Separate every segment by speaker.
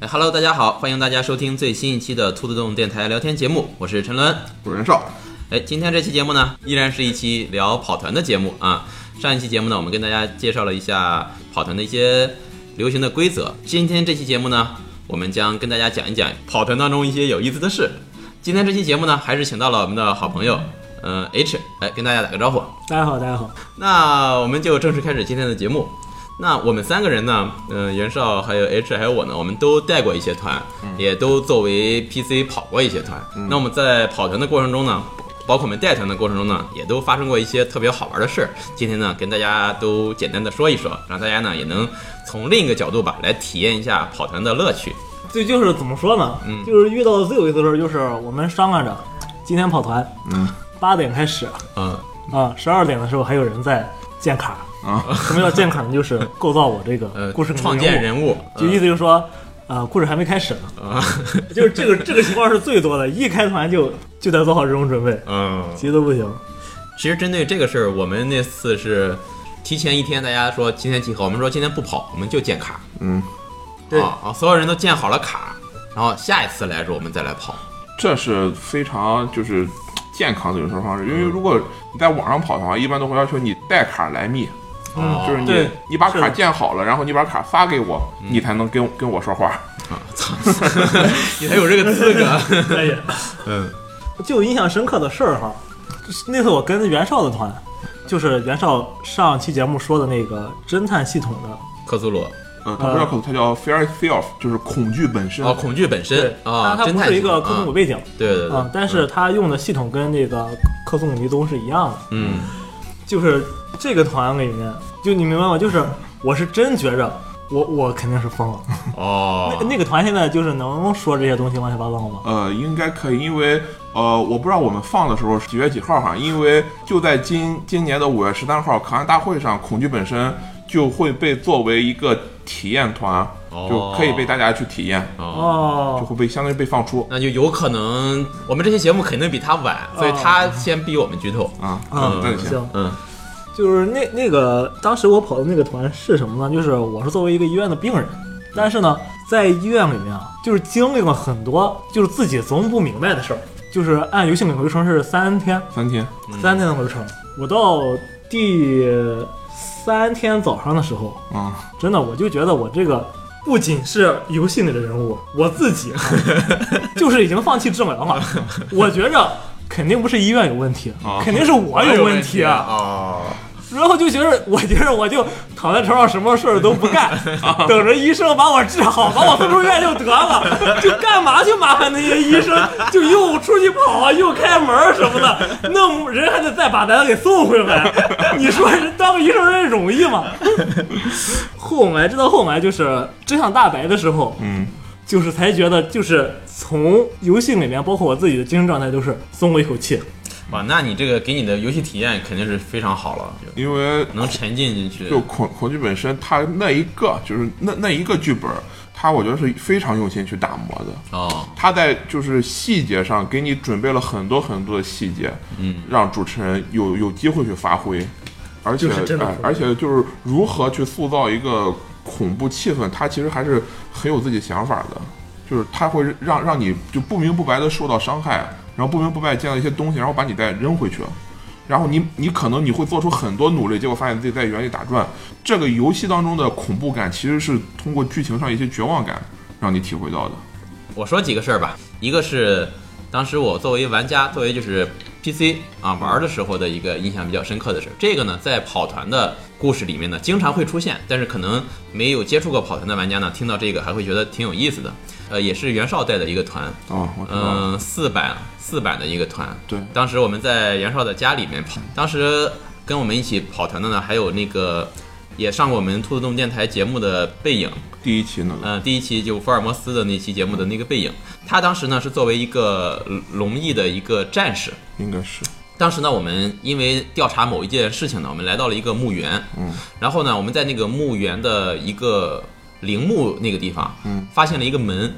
Speaker 1: 哎，Hello，大家好，欢迎大家收听最新一期的兔子洞电台聊天节目，我是陈伦。
Speaker 2: 主任少，
Speaker 1: 哎，今天这期节目呢，依然是一期聊跑团的节目啊。上一期节目呢，我们跟大家介绍了一下跑团的一些流行的规则。今天这期节目呢，我们将跟大家讲一讲跑团当中一些有意思的事。今天这期节目呢，还是请到了我们的好朋友，嗯、h 来跟大家打个招呼。
Speaker 3: 大家好，大家好，
Speaker 1: 那我们就正式开始今天的节目。那我们三个人呢，嗯、袁绍还有 H 还有我呢，我们都带过一些团，
Speaker 3: 嗯
Speaker 1: 也都作为 PC 跑过一些团。那我们在跑团的过程中呢，包括我们带团的过程中呢，也都发生过一些特别好玩的事儿。今天呢，跟大家都简单的说一说，让大家呢也能从另一个角度吧，来体验一下跑团的乐趣。
Speaker 3: 这就是怎么说呢？
Speaker 1: 嗯
Speaker 3: 就是遇到的最有意思的事儿就是我们商量着，今天跑团，
Speaker 2: 嗯，
Speaker 3: 八点开始
Speaker 1: 嗯
Speaker 3: 啊，十二点的时候还有人在建卡
Speaker 2: 啊。
Speaker 3: 什么叫建卡呢？就是构造我这
Speaker 1: 呃
Speaker 3: 个，故事里的
Speaker 1: 创建
Speaker 3: 人
Speaker 1: 人物，
Speaker 3: 物，就意思就是说，呃，故事还没开始呢，
Speaker 1: 啊，
Speaker 3: 就是这个这个情况是最多的，一开团就就得做好这种准备，
Speaker 1: 嗯，
Speaker 3: 急得不行。
Speaker 1: 其实针对这个事儿，我们那次是提前一天，大家说今天集合，我们说今天不跑，我们就建卡。
Speaker 2: 嗯，
Speaker 3: 对
Speaker 1: 啊啊，所有人都建好了卡，然后下一次来的时候我们再来 跑。
Speaker 2: 这是非常就是健康的游说方式，因为如果你在网上跑的话，一般都会要求你带卡来密，
Speaker 3: 嗯
Speaker 1: 哦
Speaker 2: 就是你
Speaker 3: 对
Speaker 2: 你把
Speaker 3: 是
Speaker 2: 卡
Speaker 3: 的
Speaker 2: 建好了，然后你把卡发给我，你才能跟跟我说话。
Speaker 1: 啊，操，你还有这个资 格？
Speaker 3: 可以，
Speaker 1: 嗯，
Speaker 3: 就有印象深刻的事儿哈，那次我跟袁绍的团，就是袁绍上期节目说的那个侦探系统的
Speaker 1: 克苏鲁
Speaker 2: 嗯，它不叫恐，它叫 fear itself，就是恐惧本身。
Speaker 1: 哦，恐惧本身啊，
Speaker 3: 但它不
Speaker 1: 侦探
Speaker 3: 是一个
Speaker 1: 系统
Speaker 3: 克苏鲁
Speaker 1: 啊
Speaker 3: 背景
Speaker 1: 对对对
Speaker 3: 啊，，但是它用的系统跟这个克苏鲁迷踪是一样的，
Speaker 1: 嗯
Speaker 3: 就是这个团里面，就你明白吗？就是我是真觉着。我我肯定是疯了，
Speaker 1: 哦
Speaker 3: 那， 那个团现在就是能说这些东西乱七八糟吗？
Speaker 2: 呃，应该可以，因为呃，我不知道我们放的时候是几月几号哈，因为就在今今年的五月十三号可汗大会上，恐惧本身就会被作为一个体验团，
Speaker 1: 哦
Speaker 2: 就可以被大家去体验，
Speaker 1: 哦。
Speaker 2: 就
Speaker 3: 哦，
Speaker 2: 会被相当于被放出
Speaker 1: 那就有可能，我们这期节目肯定比他晚，所以他先逼我们剧透。
Speaker 2: 啊
Speaker 3: 啊
Speaker 2: 那就行，
Speaker 3: 行，
Speaker 1: 嗯，
Speaker 3: 就是那那个当时我跑的那个团是什么呢？就是我是作为一个医院的病人，但是呢，在医院里面啊，就是经历了很多就是自己琢磨不明白的事儿，就是按游戏里流程是三天，
Speaker 2: 三天，
Speaker 1: 嗯
Speaker 3: 三天的流程，我到第三天早上的时候，
Speaker 2: 嗯，
Speaker 3: 真的我就觉得我这个。不仅是游戏里的人物，我自 己啊就是已经放弃治疗 了。我觉着肯定不是医院有问题，
Speaker 2: 啊
Speaker 3: 肯定是哦我有问题啊！
Speaker 1: 哦，
Speaker 3: 然后就觉得，我觉得我就躺在床上什么事儿都不干，等着医生把我治好，把我送出院就得了，就干嘛去麻烦那些医生，就又出去跑啊，又开门儿什么的，那人还得再把咱给送回来。你说人当个医生人容易吗？后来知道后来就是真相大白的时候，
Speaker 2: 嗯，
Speaker 3: 就是才觉得就是从游戏里面，包括我自己的精神状态，都是松了一口气。
Speaker 1: 哇，那你这个给你的游戏体验肯定是非常好了，就
Speaker 2: 因为
Speaker 1: 能沉浸进去。
Speaker 2: 就恐恐惧本身，它那一个就是那那一个剧本，它我觉得是非常用心去打磨的，
Speaker 1: 哦，
Speaker 2: 他在就是细节上给你准备了很多很多的细节，
Speaker 1: 嗯，
Speaker 2: 让主持人有有机会去发挥，而且
Speaker 3: 就是真的
Speaker 2: 哎
Speaker 3: 会
Speaker 2: 而且就是如何去塑造一个恐怖气氛，他其实还是很有自己想法的，就是他会让让你就不明不白的受到伤害，然后不明不白地见到一些东西，然后把你再扔回去。然后你你可能你会做出很多努力，结果发现自己在原地打转。这个游戏当中的恐怖感其实是通过剧情上一些绝望感让你体会到的。
Speaker 1: 我说几个事儿吧，一个是当时我作为玩家，作为就是 PC 啊玩儿的时候的一个印象比较深刻的事儿。这个呢，在跑团的故事里面呢，经常会出现，但是可能没有接触过跑团的玩家呢，听到这个还会觉得挺有意思的。呃，也是袁绍带的一个团，
Speaker 2: 哦，我知道了。
Speaker 1: 嗯，四版四版的一个团，
Speaker 2: 对，
Speaker 1: 当时我们在袁绍的家里面跑，当时跟我们一起跑团的呢，还有那个也上过我们兔子洞电台节目的背影，
Speaker 2: 第一期那个，
Speaker 1: 嗯、第一期就福尔摩斯的那期节目的那个背影，他当时呢是作为一个呃龙翼的一个战士。
Speaker 2: 应该是
Speaker 1: 当时呢，我们因为调查某一件事情呢，我们来到了一个墓园，
Speaker 2: 嗯，
Speaker 1: 然后呢，我们在那个墓园的一个陵墓那个地方，
Speaker 2: 嗯，
Speaker 1: 发现了一个门，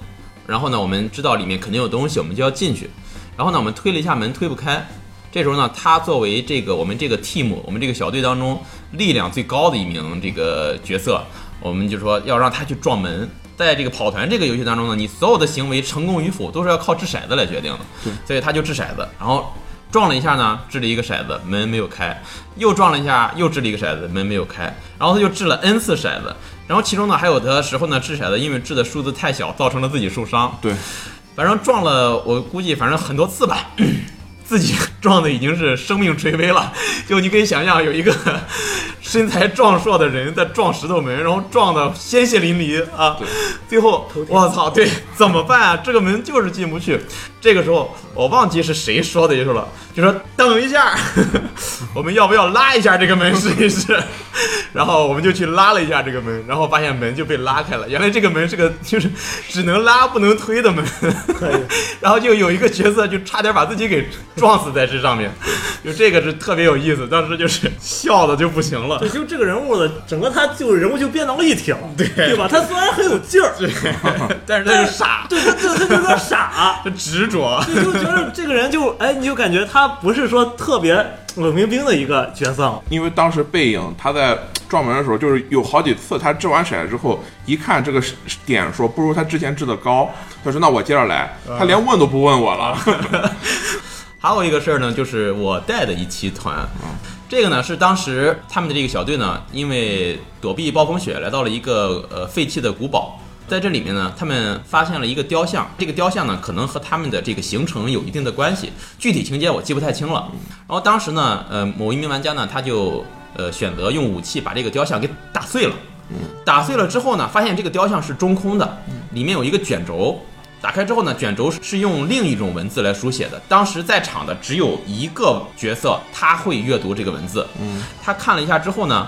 Speaker 1: 然后呢，我们知道里面肯定有东西，我们就要进去，然后呢，我们推了一下门，推不开。这时候呢，他作为这个我们这个 team，我们这个小队当中力量最高的一名这个角色，我们就说要让他去撞门。在这个跑团这个游戏当中呢，你所有的行为成功与否都是要靠掷骰子来决定的，所以他就掷骰子，然后撞了一下呢，掷了一个骰子，门没有开，又撞了一下，又掷了一个骰子，门没有开，然后他就掷了 n 次骰子，然后其中呢还有的时候呢掷骰子，因为掷的数字太小，造成了自己受伤，
Speaker 2: 对，
Speaker 1: 反正撞了，我估计反正很多次吧， 自己撞的已经是生命垂危了。 就你可以想象，有一个 身材壮硕的人在撞石头门，然后撞的鲜血淋漓啊！最后我操，对，怎么办啊？这个门就是进不去。这个时候我忘记是谁说的一句了，就说等一下， 我们要不要拉一下这个门试一试？ 然后我们就去拉了一下这个门，然后发现门就被拉开了。原来这个门是个就是只能拉不能推的门。
Speaker 3: 可以，
Speaker 1: 然后就有一个角色就差点把自己给撞死在这上面，就这个是特别有意思，当时就是笑的就不行了
Speaker 3: 对，。就这个人物的整个他就人物就变到立体了，对对吧？他虽然很有劲儿，对，
Speaker 1: 但是他就傻，
Speaker 3: 对他就他就有点傻，
Speaker 1: 他执着，
Speaker 3: 就就觉得这个人就哎，你就感觉他不是说特别冷冰冰的一个角色了，
Speaker 2: 因为当时背影他在撞门的时候，就是有好几次他掷完骰子之后，一看这个是点说不如他之前掷的高，他说那我接着来，他连问都不问我了。
Speaker 1: 还有一个事儿呢，就是我带的一期团，这个呢是当时他们的这个小队呢，因为躲避暴风雪来到了一个呃废弃的古堡，在这里面呢，他们发现了一个雕像，这个雕像呢可能和他们的这个行程有一定的关系，具体情节我记不太清了。然后当时呢，呃，某一名玩家呢他就呃选择用武器把这个雕像给打碎了。打碎了之后呢，发现这个雕像是中空的，里面有一个卷轴。打开之后呢，卷轴是用另一种文字来书写的。当时在场的只有一个角色，他会阅读这个文字。嗯，他看了一下之后呢，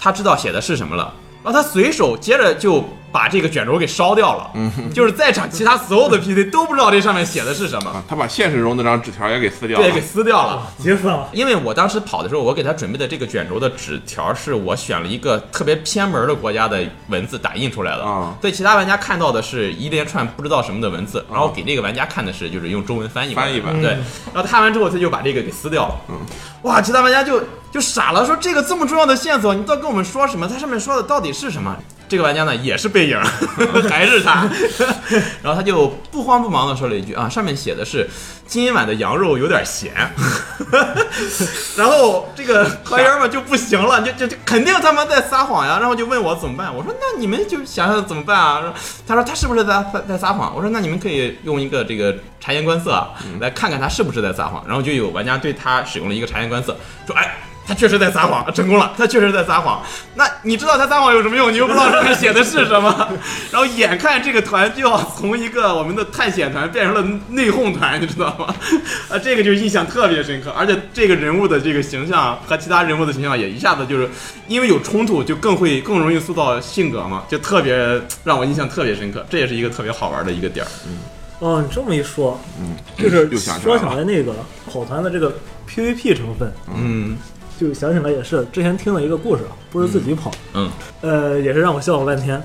Speaker 1: 他知道写的是什么了，然后他随手接着就把这个卷轴给烧掉了。嗯，就是在场其他所有的 PC 都不知道这上面写的是什么，
Speaker 2: 他把现实中那张纸条也给撕掉了
Speaker 1: 对，给。撕掉了。
Speaker 3: 急死啊了。
Speaker 1: 因为我当时跑的时候，我给他准备的这个卷轴的纸条是我选了一个特别偏门的国家的文字打印出来的，
Speaker 2: 啊
Speaker 1: 对其他玩家看到的是一连串不知道什么的文字，然后给那个玩家看的是就是用中文翻译过来
Speaker 2: 翻译嗯
Speaker 1: 的
Speaker 2: 版
Speaker 1: 对，然后看完之后他就把这个给撕掉了，嗯，哇，其他玩家就就傻了，说这个这么重要的线索，你到底跟我们说什么？它上面说的到底是什么？这个玩家呢也是背影， 还是他， 然后他就不慌不忙的说了一句啊，上面写的是今晚的羊肉有点咸，然后这个团员们就不行了，就就就肯定他们在撒谎呀，然后就问我怎么办，我说那你们就想想怎么办啊？然后他说他是不是在在在撒谎？我说那你们可以用一个这个察言观色啊，来看看他是不是在撒谎。然后就有玩家对他使用了一个察言观色，说哎。他确实在撒谎，成功了。他确实在撒谎。那你知道他撒谎有什么用？你又不知道上面写的是什么。然后眼看这个团就要从一个我们的探险团变成了内讧团，你知道吗？ 啊，这个就印象特别深刻。而且这个人物的这个形象和其他人物的形象也一下子就是因为有冲突，就更会更容易塑造性格嘛，就特别让我印象特别深刻。这也是一个特别好玩的一个点儿。
Speaker 3: 哦，你这么一说，
Speaker 2: 嗯，
Speaker 3: 就是
Speaker 2: 又想起来
Speaker 3: 说起
Speaker 2: 了
Speaker 3: 来那个跑团的这个 PVP 成分，
Speaker 1: 嗯
Speaker 3: 就想起来也是之前听了一个故事，不是自己跑，
Speaker 1: 嗯
Speaker 3: 呃，也是让我笑了半天。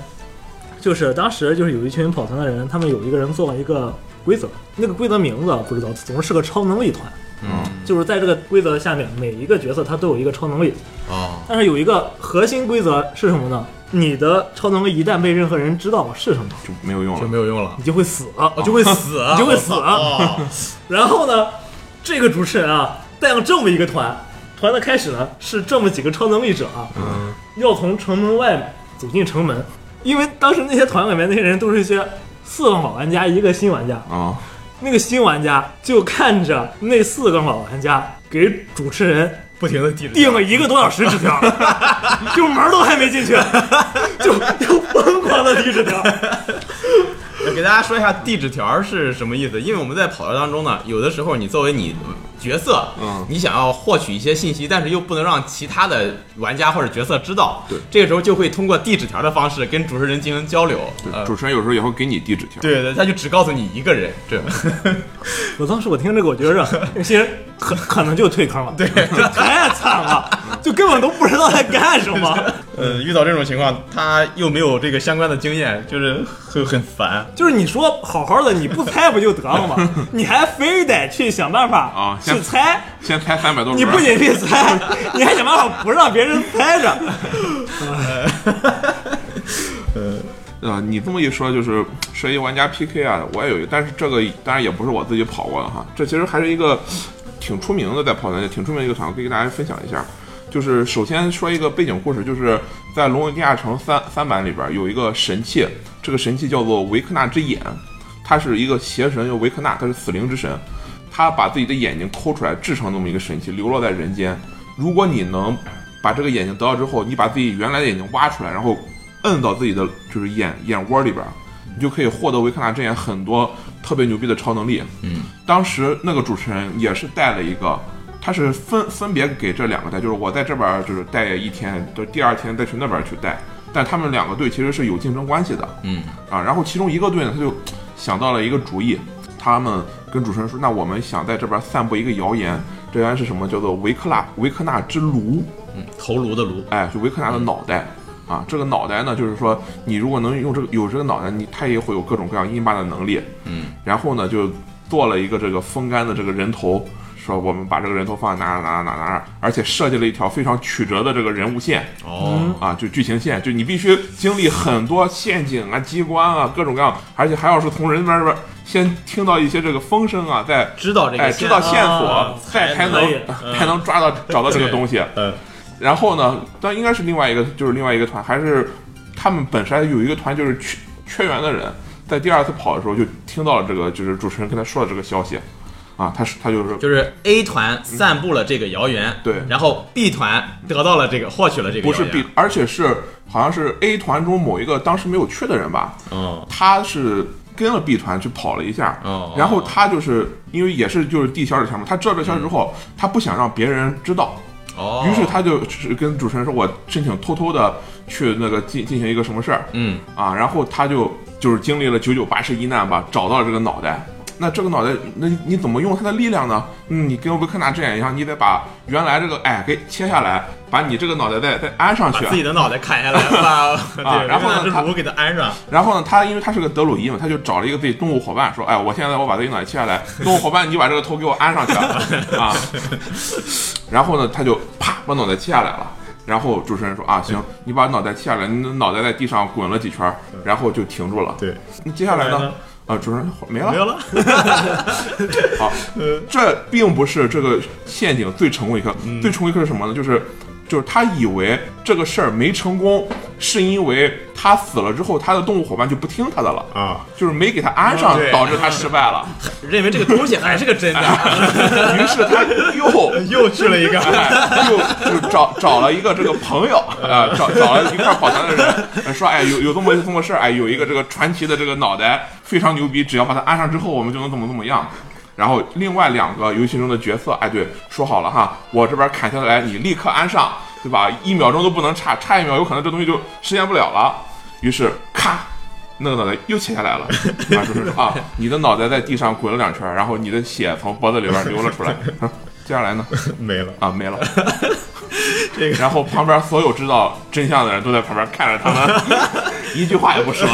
Speaker 3: 就是当时就是有一群跑团的人，他们有一个人做了一个规则，那个规则名字啊不知道，总之是个超能力团。
Speaker 1: 嗯
Speaker 3: 就是在这个规则下面，每一个角色他都有一个超能力，
Speaker 2: 嗯
Speaker 1: 哦
Speaker 3: 但是有一个核心规则是什么呢？你的超能力一旦被任何人知道是什么，
Speaker 2: 就没有用
Speaker 1: 就
Speaker 2: 了。
Speaker 1: 没有用了
Speaker 3: 你，就会死，
Speaker 1: 我就会死，
Speaker 3: 你就会死。
Speaker 1: 哦
Speaker 3: 然后呢，这个主持人啊，带了这么一个团，团的开始呢是这么几个超能力者啊，要从城门外走进城门，因为当时那些团里面那些人都是一些四个老玩家，一个新玩家，
Speaker 2: 啊，
Speaker 3: 那个新玩家就看着那四个老玩家给主持人
Speaker 1: 不停的递着
Speaker 3: 订了一个多小时纸条，就门儿都还没进去，就就疯狂的递纸条。
Speaker 1: 给大家说一下地址条是什么意思，因为我们在跑调当中呢，有的时候你作为你角色，
Speaker 2: 嗯
Speaker 1: 你想要获取一些信息，但是又不能让其他的玩家或者角色知道，
Speaker 2: 对
Speaker 1: 这个时候就会通过地址条的方式跟主持人进行交流，呃
Speaker 2: 嗯主持人有时候也会给你递纸条。
Speaker 1: 对对，他就只告诉你一个人，这
Speaker 3: 我当时我听这个，我觉着有些人可可能就退坑了，对，这太惨了，就根本都不知道在干什么。
Speaker 1: 呃，遇到这种情况，他又没有这个相关的经验，就是很很烦。
Speaker 3: 就是你说好好的，你不猜不就得了吗？你还非得去想办法
Speaker 2: 啊
Speaker 3: 去
Speaker 2: 先
Speaker 3: 猜，
Speaker 2: 先猜三百多轮。
Speaker 3: 你不仅去猜，你还想办法不让别人猜着。
Speaker 2: 呃，你这么一说，就是射击玩家 PK 啊，我也有一个，但是这个当然也不是我自己跑过的哈，这其实还是一个挺出名的，在跑团界挺出名的一个团，我可以给大家分享一下。就是首先说一个背景故事，就是在《龙与地下城三》三版里边有一个神器，这个神器叫做维克纳之眼，它是一个邪神，叫维克纳，他是死灵之神，他把自己的眼睛抠出来制成那么一个神器，流落在人间。如果你能把这个眼睛得到之后，你把自己原来的眼睛挖出来，然后摁到自己的就是眼眼窝里边，你就可以获得维克纳之眼很多特别牛逼的超能力。
Speaker 4: 嗯，
Speaker 2: 当时那个主持人也是带了一个，他是分分别给这两个带，就是我在这边儿就是带一天，就第二天再去那边儿去带，但他们两个队其实是有竞争关系的。
Speaker 4: 嗯
Speaker 2: 啊，然后其中一个队呢，他就想到了一个主意，他们跟主持人说，那我们想在这边散布一个谣言，这谣言是什么？叫做维克纳维克纳之炉，
Speaker 4: 嗯，头颅的颅，
Speaker 2: 哎，就维克纳的脑袋。啊，这个脑袋呢，就是说，你如果能用这个有这个脑袋，你他也会有各种各样阴巴的能力。
Speaker 4: 嗯，
Speaker 2: 然后呢，就做了一个这个风干的这个人头，说我们把这个人头放在哪儿哪儿哪儿哪儿哪儿，而且设计了一条非常曲折的这个人物线。
Speaker 4: 哦，
Speaker 2: 啊，就剧情线，就你必须经历很多陷阱啊、机关啊、各种各样，而且还要是从人那边儿先听到一些这个风声啊，再
Speaker 4: 知道这
Speaker 2: 哎
Speaker 4: 个，
Speaker 2: 知道线
Speaker 3: 啊
Speaker 2: 索，再
Speaker 4: 才
Speaker 2: 才
Speaker 4: 能
Speaker 2: 能
Speaker 4: 嗯
Speaker 2: 才能抓到找到这个
Speaker 4: 对
Speaker 2: 东西。
Speaker 4: 嗯
Speaker 2: 然后呢，但应该是另外一个，就是另外一个团，还是他们本身有一个团就是缺缺员的人，在第二次跑的时候就听到了这个，就是主持人跟他说了这个消息，啊，他是他就是
Speaker 4: 就是 A 团散布了这个谣言，
Speaker 2: 对
Speaker 4: 然后 B 团得到了这个，获取了这个
Speaker 2: 不
Speaker 4: 谣
Speaker 2: 是
Speaker 4: 言，
Speaker 2: B，而且是好像是 A 团中某一个当时没有去的人吧，
Speaker 4: 哦，
Speaker 2: 他是跟了 B 团去跑了一下，
Speaker 4: 哦
Speaker 2: 然后他就是因为也是就是递消息条嘛，他知道这消息之后，他不想让别人知道，
Speaker 4: 哦，
Speaker 2: 于是，他就是跟主持人说，我申请偷偷的去那个进进行一个什么事儿
Speaker 4: 嗯，
Speaker 2: 啊，然后他就就是经历了九九八十一难吧，找到了这个脑袋。那这个脑袋，那你怎么用它的力量呢？嗯，你跟维克纳之眼一样，你得把原来这个哎给切下来，把你这个脑袋再再安上
Speaker 4: 把
Speaker 2: 去，
Speaker 4: 自己的脑袋砍下来， 把对，
Speaker 2: 啊然后呢
Speaker 4: 让这
Speaker 2: 他
Speaker 4: 颅给它安 上，
Speaker 2: 然后呢，他因为他是个德鲁伊嘛，他就找了一个自己动物伙伴，说：“哎，我现在我把自己脑袋切下来，动物伙伴，你把这个头给我安上去 啊。”然后呢，他就啪把脑袋切下来了。然后主持人说：“啊，行，你把脑袋切下来，你的脑袋在地上滚了几圈，然后就停住了。
Speaker 4: 对，
Speaker 2: 那接下来
Speaker 4: 后来
Speaker 2: 呢
Speaker 4: 呢？
Speaker 2: 啊，主持人没了
Speaker 4: 没。有了，
Speaker 2: 好，这并不是这个陷阱最成功一刻，
Speaker 4: 嗯
Speaker 2: 最成功一刻是什么呢？就是就是他以为这个事儿没成功，是因为他死了之后，他的动物伙伴就不听他的了
Speaker 4: 啊，
Speaker 2: 就是没给他安上
Speaker 4: 嗯对，
Speaker 2: 导致他失败了。
Speaker 4: 认为这个东西还是个真的，
Speaker 3: 啊
Speaker 2: 于是他又。
Speaker 4: 又去了一个，
Speaker 2: 哎，又就找找了一个这个朋友啊、找找了一块跑团的人，说哎有有这么这么事儿，哎有一个这个传奇的这个脑袋非常牛逼，只要把它安上之后，我们就能怎么怎么样。然后另外两个游戏中的角色，哎对，说好了哈，我这边砍下来，你立刻安上，对吧？一秒钟都不能差，差一秒有可能这东西就实现不了了。于是咔，那个脑袋又切下来了，啊，就是说啊，你的脑袋在地上滚了两圈，然后你的血从脖子里边流了出来。 啊接下来呢？
Speaker 4: 没了，
Speaker 2: 啊，没 了。
Speaker 4: 这个
Speaker 2: 然后旁边所有知道真相的人都在旁边看着他们， 一句话也不说。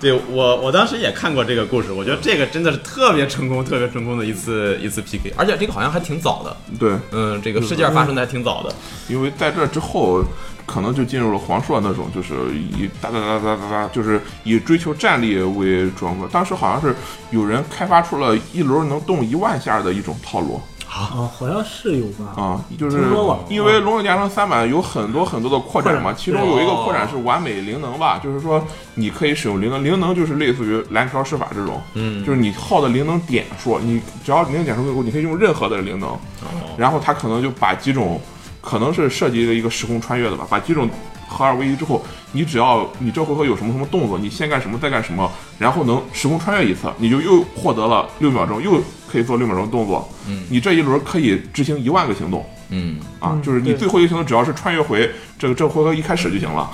Speaker 4: 对我，我当时也看过这个故事，我觉得这个真的是特别成功、特别成功的一次一次 PK，而且这个好像还挺早的，
Speaker 2: 对，
Speaker 4: 嗯，这个事件发生的还挺早的，
Speaker 2: 因为在这之后，可能就进入了黄硕那种，就是以哒哒哒哒哒哒，就是以追求战力为主要目标。当时好像是有人开发出了一轮能动一万下的一种套路
Speaker 3: 啊，好像是有吧？
Speaker 2: 啊、就是
Speaker 3: 听说过
Speaker 2: 因为《龙与地下城三版》有很多很多的扩展嘛，
Speaker 3: 扩展
Speaker 2: 其中有一个
Speaker 4: 哦
Speaker 2: 扩展是完美灵能吧，就是说你可以使用灵能，灵能就是类似于蓝条施法这种，
Speaker 4: 嗯，
Speaker 2: 就是你耗的灵能点数，你只要灵能点数够，你可以用任何的灵能，
Speaker 4: 哦
Speaker 2: 然后他可能就把几种，可能是设计了一个时空穿越的吧，把几种合二为一之后，你只要你这回合有什么什么动作，你先干什么再干什么，然后能时空穿越一次，你就又获得了六秒钟，又可以做六秒钟动作，
Speaker 4: 嗯
Speaker 2: 你这一轮可以执行一万个行动
Speaker 4: 嗯，
Speaker 2: 啊，
Speaker 3: 嗯
Speaker 2: 就是你
Speaker 3: 对
Speaker 2: 最后一个行动只要是穿越回这个这回合一开始就行了，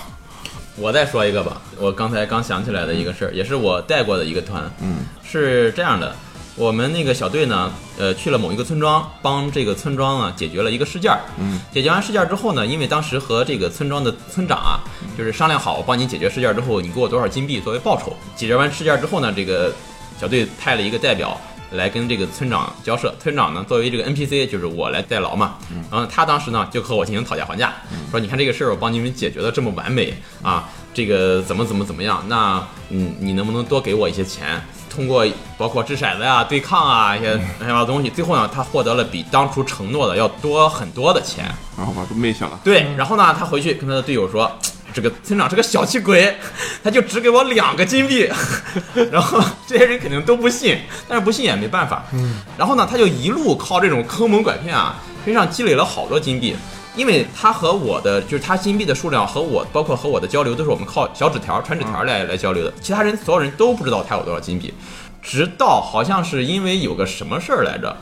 Speaker 4: 我再说一个吧，我刚才刚想起来的一个事儿，也是我带过的一个团，
Speaker 2: 嗯，
Speaker 4: 是这样的，我们那个小队呢，呃，去了某一个村庄，帮这个村庄啊解决了一个事件，
Speaker 2: 嗯，
Speaker 4: 解决完事件之后呢，因为当时和这个村庄的村长啊，就是商量好，我帮你解决事件之后，你给我多少金币作为报酬。解决完事件之后呢，这个呃小队派了一个代表来跟这个村长交涉，村长呢作为这个 NPC 就是我来代劳嘛，然后他当时呢就和我进行讨价还价，说你看这个事儿我帮你们解决的这么完美啊，这个怎么怎么怎么样，那嗯，你能不能多给我一些钱？通过包括掷骰子呀、对抗啊一些乱七八糟东西，最后呢，他获得了比当初承诺的要多很多的钱。
Speaker 2: 然后把都灭下了。
Speaker 4: 对，然后呢，他回去跟他的队友说，这个村长是个小气鬼， 他就只给我两个金币， 然后这些人肯定都不信，但是不信也没办法。嗯，然后呢，他就一路靠这种坑蒙拐骗啊，身上积累了好多金币。因为他和我的就是他金币的数量和我，包括和我的交流，都是我们靠小纸条、传纸条来来交流的。其他人所有人都不知道他有多少金币，直到好像是因为有个什么事儿来着，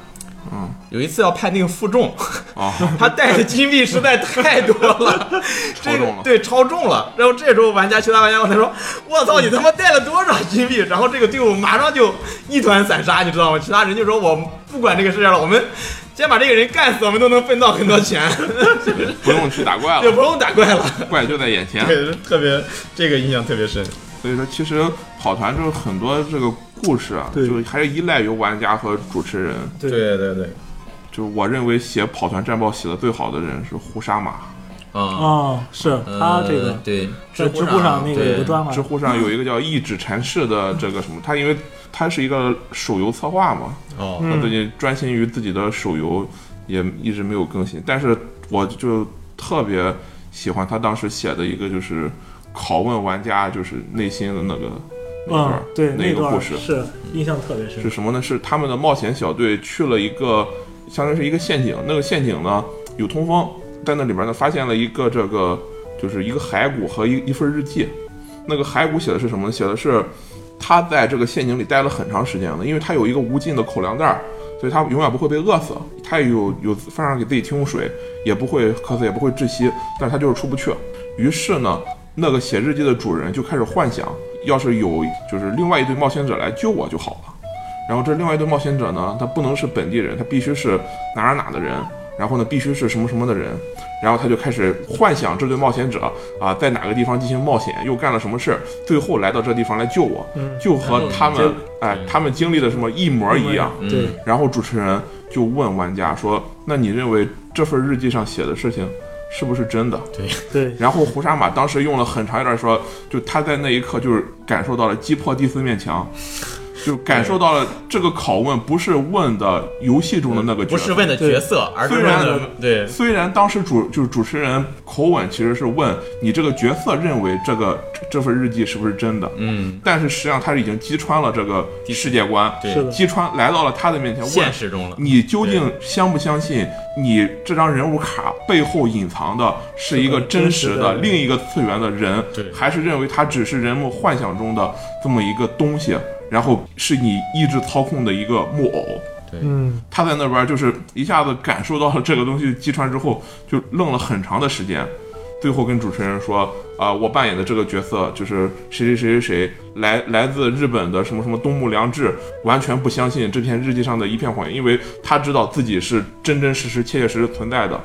Speaker 2: 嗯，
Speaker 4: 有一次要判定负重，
Speaker 2: 哦，
Speaker 4: 他 带的金币实在太多了，这
Speaker 2: 超
Speaker 4: 个
Speaker 2: 重了
Speaker 4: 对，超重了。然后这时候玩家，其他玩家跟他说：“我操，你他妈带了多少金币？”然后这个队伍马上就一团散沙，你知道吗？其他人就说：“我不管这个事情了，我们先把这个人干死，我们都能分到很多钱，
Speaker 2: 不用去打怪
Speaker 4: 就
Speaker 2: 了，
Speaker 4: 不用打怪了。
Speaker 2: 怪就在眼”前。
Speaker 4: 对， 特别这个印象特别深。
Speaker 2: 所以说，其实跑团就是很多这个故事啊，
Speaker 3: 对
Speaker 2: 就还是依赖于玩家和主持人。
Speaker 3: 对
Speaker 4: 对对，
Speaker 2: 就是我认为写跑团战报写的最好的人是胡沙马，
Speaker 4: 啊，
Speaker 3: 哦，是他这个
Speaker 4: 呃对，
Speaker 3: 在知乎上那个有个专栏，
Speaker 2: 知乎上有一个叫一指禅师的这个什么，他因为他是一个手游策划嘛，
Speaker 4: 哦
Speaker 2: 他最
Speaker 3: 嗯，
Speaker 2: 近专心于自己的手游，也一直没有更新。但是我就特别喜欢他当时写的一个，就是拷问玩家就是内心的那个那段儿
Speaker 3: 嗯，对，
Speaker 2: 那个
Speaker 3: 段
Speaker 2: 故
Speaker 3: 儿
Speaker 2: 事
Speaker 3: 是印象特别深
Speaker 2: 是，什么呢？是他们的冒险小队去了一个，相当于是一个陷阱，那个陷阱呢有通风，在那里面呢发现了一个这个就是一个骸骨和一一份日记，那个骸骨写的是什么呢？写的是他在这个陷阱里待了很长时间了，因为他有一个无尽的口粮袋儿。所以他永远不会被饿死，他也有有饭上给自己提供水，也不会渴死，也不会窒息，但是他就是出不去。于是呢，那个写日记的主人就开始幻想，要是有就是另外一队冒险者来救我就好了。然后这另外一对冒险者呢，他不能是本地人，他必须是哪儿哪儿的人，然后呢必须是什么什么的人，然后他就开始幻想这对冒险者啊在哪个地方进行冒险，又干了什么事儿，最后来到这地方来救我，
Speaker 3: 嗯
Speaker 2: 就和他们
Speaker 3: 嗯
Speaker 2: 哎他们经历的什么一模一样。
Speaker 4: 嗯
Speaker 3: 对，
Speaker 2: 然后主持人就问玩家说：“那你认为这份日记上写的事情是不是真的？”
Speaker 3: 对，
Speaker 2: 然后胡沙马当时用了很长一段说，就他在那一刻就是感受到了击破第四面墙，就感受到了这个拷问不是问的游戏中的那个角
Speaker 4: 不是
Speaker 2: 色。
Speaker 4: 问的角色，而是
Speaker 2: 虽
Speaker 4: 问
Speaker 2: 然
Speaker 4: 的对
Speaker 2: 虽然当时主就是主持人口吻其实是问你这个角色认为这个这这份日记是不是真的，
Speaker 4: 嗯
Speaker 2: 但是实际上他是已经击穿了这个世界观，
Speaker 4: 对
Speaker 3: 是的，
Speaker 2: 击穿来到了他的面前问
Speaker 4: 现实中了。
Speaker 2: 你究竟相不相信你这张人物卡背后隐藏的是一个真实
Speaker 3: 是个
Speaker 2: 的
Speaker 3: 真实的
Speaker 2: 另一个次元的人
Speaker 4: 对，
Speaker 2: 还是认为他只是人物幻想中的这么一个东西，然后是你意志操控的一个木偶？
Speaker 3: 嗯，
Speaker 2: 他在那边就是一下子感受到了这个东西击穿之后，就愣了很长的时间，最后跟主持人说：“啊、我扮演的这个角色就是谁谁谁谁谁，来来自日本的什么什么东木良治，完全不相信这篇日记上的一片谎言，因为他知道自己是真真实实、切切实实存在的，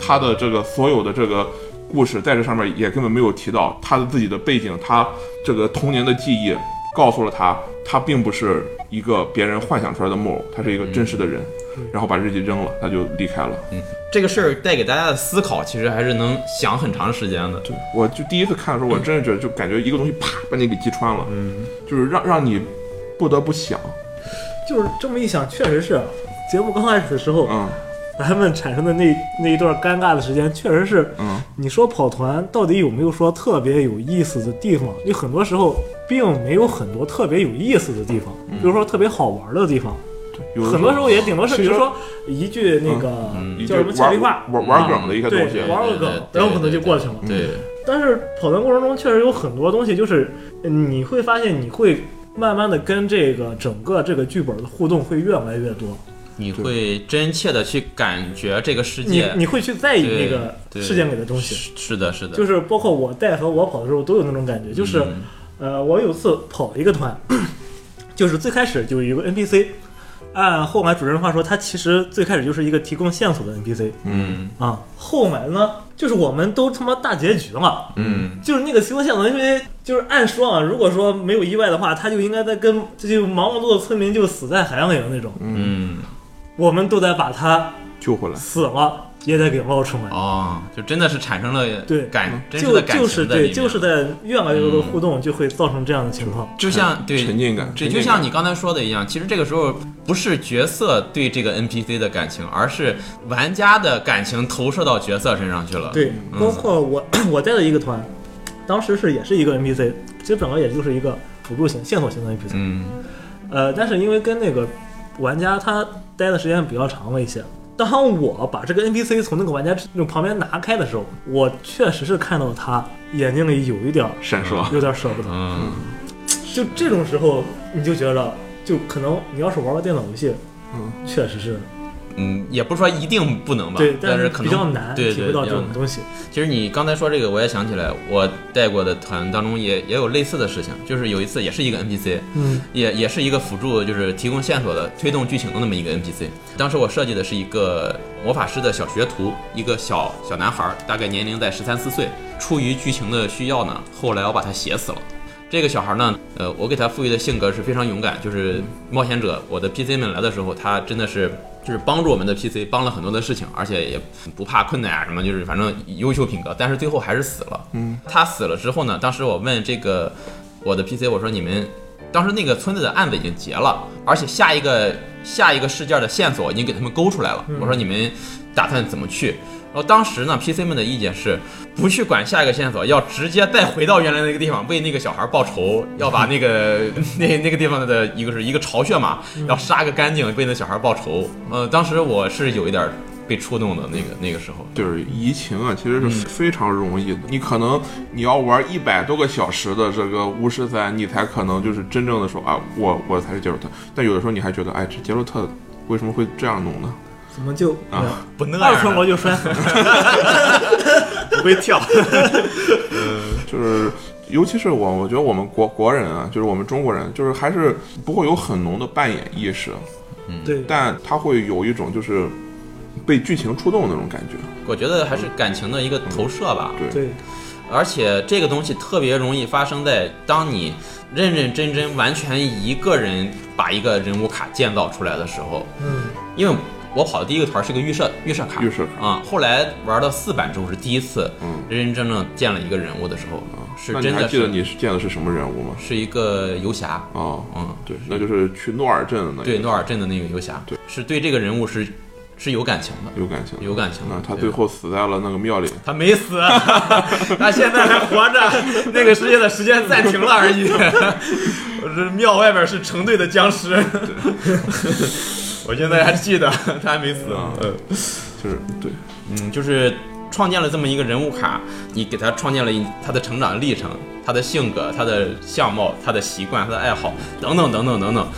Speaker 2: 他的这个所有的这个。”故事在这上面也根本没有提到他的自己的背景，他这个童年的记忆告诉了他，他并不是一个别人幻想出来的木偶，他是一个真实的人。然后把日记扔了，他就离开了。
Speaker 3: 嗯
Speaker 4: 这个事儿带给大家的思考，其实还是能想很长时间的。
Speaker 2: 对，我就第一次看的时候，我真的觉得就感觉一个东西啪把你给击穿了，
Speaker 3: 嗯
Speaker 2: 就是让让你不得不想，
Speaker 3: 就是这么一想，确实是。啊节目刚开始的时候，
Speaker 2: 嗯
Speaker 3: 咱们产生的那那一段尴尬的时间，确实是
Speaker 2: 嗯，
Speaker 3: 你说跑团到底有没有说特别有意思的地方？有很多时候并没有很多特别有意思的地方，
Speaker 2: 嗯
Speaker 3: 比如说特别好玩的地方，
Speaker 2: 有的
Speaker 3: 很多时候也顶多是
Speaker 2: 其
Speaker 3: 比
Speaker 2: 实
Speaker 3: 如说一句那个
Speaker 4: 嗯
Speaker 2: 一
Speaker 3: 叫什么
Speaker 2: 句
Speaker 3: 俏
Speaker 2: 玩
Speaker 3: 皮话，
Speaker 2: 玩玩梗的一个东西
Speaker 3: 嗯对，，玩个
Speaker 4: 对
Speaker 3: 梗
Speaker 4: 对，对
Speaker 3: 然后可能就过去了。
Speaker 2: 嗯
Speaker 4: 对，
Speaker 3: 但是跑团过程中确实有很多东西，就是呃你会发现你会慢慢的跟这个整个这个剧本的互动会越来越多，
Speaker 4: 你会真切的去感觉这个世
Speaker 3: 你
Speaker 4: 界。
Speaker 3: 你会去在意那个
Speaker 4: 对对
Speaker 3: 事件里的东西。
Speaker 4: 是是的，是的，
Speaker 3: 就是包括我带和我跑的时候都有那种感觉，就是、
Speaker 4: 嗯
Speaker 3: 呃，我有次跑一个团，就是最开始就有一个 NPC，按后来主持人话说，他其实最开始就是一个提供线索的 NPC
Speaker 4: 嗯
Speaker 3: 啊。后来呢，就是我们都他妈大结局了，
Speaker 4: 嗯，
Speaker 3: 就是那个提供线索的 NPC，就是按说啊，如果说没有意外的话，他就应该在跟这就盲目的村民就死在海洋里的那种，
Speaker 4: 嗯
Speaker 3: 我们都得把他
Speaker 2: 救回来。
Speaker 3: 死了。也得给冒出来。
Speaker 4: 哦，就真的是产生了
Speaker 3: 对嗯
Speaker 4: 感真实
Speaker 3: 就
Speaker 4: 的感
Speaker 3: 就
Speaker 4: 情在
Speaker 3: 是
Speaker 4: 里
Speaker 3: 对，
Speaker 4: 面嗯
Speaker 3: 就是在越来越多的互动，就会造成这样的情况。
Speaker 4: 就像对
Speaker 2: 沉浸感沉浸
Speaker 4: 对，就
Speaker 2: 感
Speaker 4: 像你刚才说的一样，其实这个时候不是角色对这个 NPC 的感情，而是玩家的感情投射到角色身上去了。，
Speaker 3: 对，包括我 我在的一个团，当时是也是一个 NPC，其实本来也就是一个辅助型、线索型的 NPC，、
Speaker 4: 嗯，
Speaker 3: 呃，但是因为跟那个玩家他待的时间比较长了一些，当我把这个 NPC 从那个玩家旁边拿开的时候，我确实是看到他眼睛里有一点儿
Speaker 2: 闪烁。
Speaker 3: 有点儿舍不得。
Speaker 4: 嗯，
Speaker 3: 就这种时候，你就觉着，就可能你要是玩个电脑游戏，
Speaker 2: 嗯，
Speaker 3: 确实是
Speaker 4: 嗯，也不是说一定不能吧，
Speaker 3: 对，
Speaker 4: 但
Speaker 3: 是
Speaker 4: 可
Speaker 3: 比
Speaker 4: 能
Speaker 3: 较难
Speaker 4: 对
Speaker 3: 体
Speaker 4: 对
Speaker 3: 会到
Speaker 4: 比
Speaker 3: 这
Speaker 4: 较
Speaker 3: 种
Speaker 4: 难
Speaker 3: 东西。
Speaker 4: 其实你刚才说这个，我也想起来，我带过的团当中也也有类似的事情，就是有一次也是一个 NPC，
Speaker 3: 嗯，
Speaker 4: 也也是一个辅助，就是提供线索的、推动剧情的那么一个 NPC。当时我设计的是一个魔法师的小学徒，一个小小男孩儿，大概年龄在十三四岁。出于剧情的需要呢，后来我把他写死了。这个小孩呢，呃，我给他赋予的性格是非常勇敢，就是冒险者。我的 PC 们来的时候，他真的是就是帮助我们的 PC，帮了很多的事情，而且也不怕困难啊什么，就是反正优秀品格。但是最后还是死了。嗯，他死了之后呢，当时我问这个我的 PC，我说你们当时那个村子的案子已经结了，而且下一个下一个事件的线索已经给他们勾出来了。我说你们打算怎么去？然后当时呢，PC 们的意见是不去管下一个线索，要直接再回到原来那个地方为那个小孩报仇，要把那个 那那个地方的一个是一个巢穴嘛，要杀个干净，为那小孩报仇。呃，当时我是有一点被触动的那个那个时候。
Speaker 2: 就是移情啊，其实是
Speaker 3: 嗯
Speaker 2: 非常容易的。你可能你要玩一百多个小时的这个巫师三，你才可能就是真正的说啊，我我才是杰洛特。但有的时候你还觉得，哎，这杰洛特为什么会这样弄呢？
Speaker 3: 怎么就
Speaker 2: 啊
Speaker 3: 呃
Speaker 4: 不那样
Speaker 3: 二
Speaker 4: 的
Speaker 3: 传魔就摔死了？
Speaker 4: 不会跳，
Speaker 2: 就是尤其是我，我觉得我们国国人啊，就是我们中国人，就是还是不会有很浓的扮演意识，
Speaker 3: 对，
Speaker 2: 但他会有一种就是被剧情触动的那种感觉。
Speaker 4: 我觉得还是感情的一个投射吧。
Speaker 2: 对，
Speaker 3: 对，
Speaker 4: 而且这个东西特别容易发生在当你认认真真、完全一个人把一个人物卡建造出来的时候。
Speaker 3: 嗯，
Speaker 4: 因为我跑的第一个团是个预设预设卡，
Speaker 2: 预设卡
Speaker 4: 啊、后来玩到四版之后是第一次
Speaker 2: 嗯
Speaker 4: 认认真真建了一个人物的时候，是
Speaker 2: 那你
Speaker 4: 真
Speaker 2: 还
Speaker 4: 的
Speaker 2: 记得
Speaker 4: 是
Speaker 2: 你是见的是什么人物吗？
Speaker 4: 是一个游侠，
Speaker 2: 哦，
Speaker 4: 嗯，
Speaker 2: 对，那就是去诺尔镇的那个
Speaker 4: 对诺尔镇的那个游侠，
Speaker 2: 对，
Speaker 4: 是对这个人物是是有感情的，
Speaker 2: 有感情的。
Speaker 4: 有感情的
Speaker 2: 啊，，他
Speaker 4: 对
Speaker 2: 最后死在了那个庙里。
Speaker 4: 他没死，他现在还活着。那个世界的时间暂停了而已。我这庙外边是成对的僵尸。我现在还记得他还没死
Speaker 2: 啊就是对，
Speaker 4: 嗯，就是创建了这么一个人物卡，你给他创建了一他的成长历程、他的性格、他的相貌、他的习惯、他的爱好等等等等等等，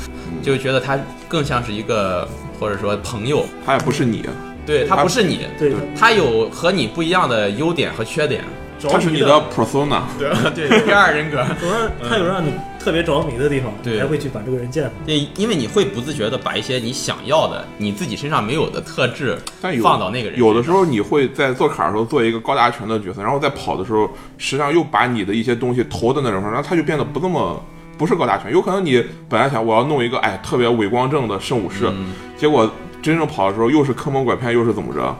Speaker 4: 就觉得他更像是一个或者说朋友，
Speaker 2: 他也不是你，啊
Speaker 4: 对他不是你，
Speaker 3: 对，
Speaker 4: 他有和你不一样的优点和缺点。
Speaker 2: 他是你的 persona。
Speaker 4: 对对，第二人格。
Speaker 3: 总是他有让你特别着迷的地方，
Speaker 4: 对
Speaker 3: 才会去把这个人建。
Speaker 4: 对，因为你会不自觉的把一些你想要的、你自己身上没有的特质
Speaker 2: 但有
Speaker 4: 放到那个人
Speaker 2: 有的
Speaker 4: 身
Speaker 2: 时候你会在做卡的时候做一个高大全的角色，然后在跑的时候，实际上又把你的一些东西投到那种上，然后他就变得不这么不是高大全。有可能你本来想我要弄一个哎特别伟光正的圣武士，
Speaker 4: 嗯
Speaker 2: 结果真正跑的时候又是坑蒙拐骗，又是怎么着？
Speaker 4: 上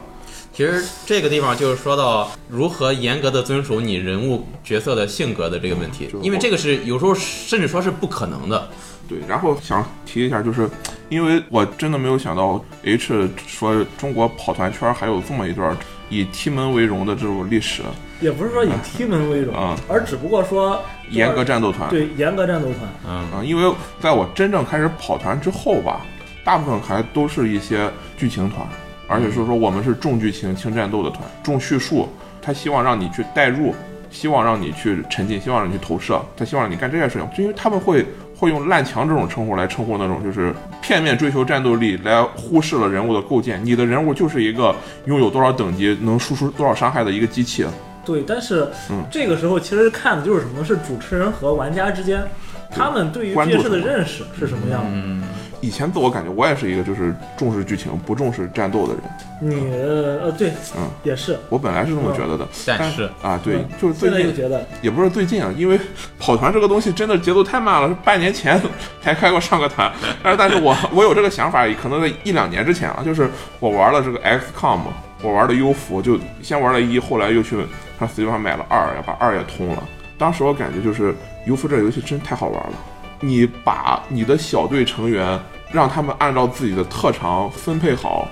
Speaker 4: 其实这个地方就是说到如何严格的遵守你人物角色的性格的这个问题
Speaker 2: 就是，我
Speaker 4: 因为这个是有时候甚至说是不可能的。
Speaker 2: 对，然后想提一下，就是因为我真的没有想到 H 说中国跑团圈还有这么一段以踢门为荣的这种历史，
Speaker 3: 也不是说以踢门为荣
Speaker 2: 啊，
Speaker 3: 而只不过说
Speaker 2: 严格战斗团。
Speaker 3: 对严格战斗团，
Speaker 4: 嗯，
Speaker 2: 啊，因为在我真正开始跑团之后吧，大部分还都是一些剧情团，而且是说我们是重剧情轻战斗的团，重叙述，他希望让你去代入，希望让你去沉浸，希望让你去投射，他希望让你干这件事情，就因为他们会会用烂墙这种称呼来称呼那种就是片面追求战斗力来忽视了人物的构建，你的人物就是一个拥有多少等级能输出多少伤害的一个机器，
Speaker 3: 对，但是
Speaker 2: 嗯
Speaker 3: 这个时候其实看的就是什么是主持人和玩家之间，他们对于这
Speaker 2: 关注
Speaker 3: 件事
Speaker 2: 什
Speaker 3: 的
Speaker 2: 么
Speaker 3: 认识是什么样的。
Speaker 2: 以前自我感觉我也是一个就是重视剧情不重视战斗的人，
Speaker 3: 你呃对
Speaker 2: 嗯，
Speaker 3: 也是，
Speaker 2: 我本来是这么觉得的。
Speaker 4: 嗯但是
Speaker 2: 啊，对
Speaker 3: 嗯，
Speaker 2: 就是最
Speaker 3: 现在就
Speaker 2: 近
Speaker 3: 觉得
Speaker 2: 也不是最近啊，因为跑团这个东西真的节奏太慢了，是半年前才开过上个 团，但是但是我我有这个想法，可能在一两年之前了，就是我玩了这个 XCOM，我玩的优服，就先玩了一，后来又去上 Steam 上买了二，把二也通了。当时我感觉就是优服这个游戏真太好玩了，你把你的小队成员让他们按照自己的特长分配好，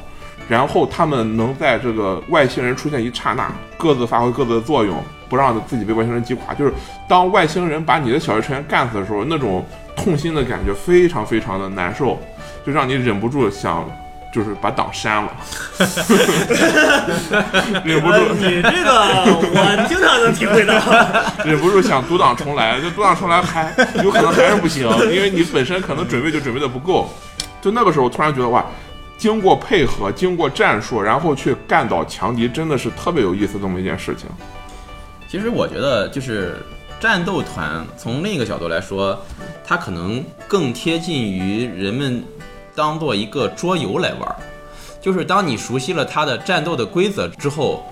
Speaker 2: 然后他们能在这个外星人出现一刹那，各自发挥各自的作用，不让自己被外星人击垮。就是当外星人把你的小队成员干死的时候，那种痛心的感觉非常非常的难受，就让你忍不住想。就是把档删了， 忍不住
Speaker 3: 呃你这个我经常能体会到，
Speaker 2: 忍不住想独挡重来，就独挡重来还有可能还是不行，因为你本身可能准备就准备的不够。就那个时候，我突然觉得哇，经过配合，经过战术，然后去干倒强敌，真的是特别有意思这么一件事情。
Speaker 4: 其实我觉得，就是战斗团从另一个角度来说，它可能更贴近于人们当做一个桌游来玩儿。就是当你熟悉了它的战斗的规则之后，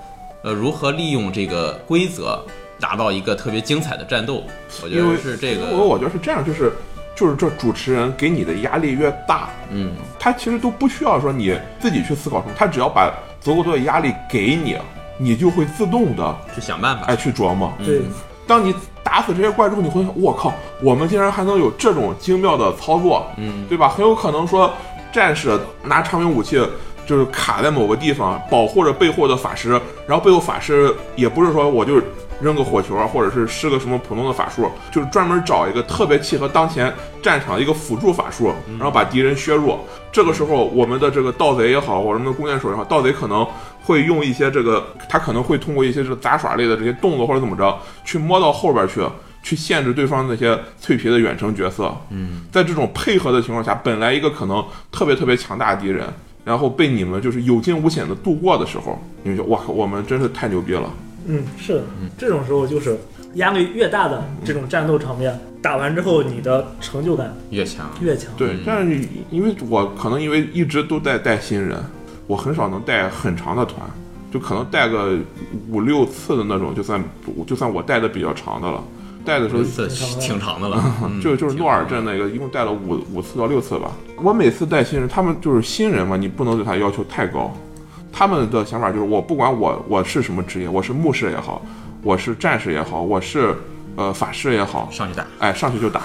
Speaker 4: 呃，如何利用这个规则达到一个特别精彩的战斗，我觉
Speaker 2: 因为
Speaker 4: 得是这
Speaker 2: 因为
Speaker 4: 个，
Speaker 2: 我觉得是这样，就是就是这主持人给你的压力越大，
Speaker 4: 嗯，
Speaker 2: 他其实都不需要说你自己去思考什么，他只要把足够多的压力给你，你就会自动的
Speaker 4: 去想办法。
Speaker 2: 哎去琢磨。
Speaker 4: 嗯
Speaker 3: 对，
Speaker 2: 当你打死这些怪之后，你会想，我靠，我们竟然还能有这种精妙的操作，
Speaker 4: 嗯，
Speaker 2: 对吧？很有可能说，战士拿长柄武器就是卡在某个地方，保护着背后的法师，然后背后法师也不是说我就扔个火球啊，或者是施个什么普通的法术，就是专门找一个特别契合当前战场的一个辅助法术，然后把敌人削弱。这个时候，我们的这个盗贼也好，我们的弓箭手也好，盗贼可能会用一些这个，他可能会通过一些这个杂耍类的这些动作或者怎么着，去摸到后边去，去限制对方那些脆皮的远程角色。嗯，在这种配合的情况下，本来一个可能特别特别强大的敌人，然后被你们就是有惊无险的度过的时候，你们就哇靠，我们真是太牛逼了。
Speaker 3: 嗯，是的，这种时候就是压力越大的这种战斗场面，打完之后你的成就感
Speaker 4: 越强，
Speaker 3: 越强。
Speaker 2: 对
Speaker 4: 嗯，
Speaker 2: 但是因为我可能因为一直都在带新人，我很少能带很长的团，就可能带个五六次的那种，就算就算我带的比较长的了。带的时候
Speaker 4: 这呃挺长的了，嗯
Speaker 2: 就就是诺尔镇那个，一共带了五五次到六次吧。我每次带新人，他们就是新人嘛，你不能对他要求太高。他们的想法就是，我不管我我是什么职业，我是牧师也好，我是战士也好，我是呃法师也好，
Speaker 4: 上去打，
Speaker 2: 哎，上去就打，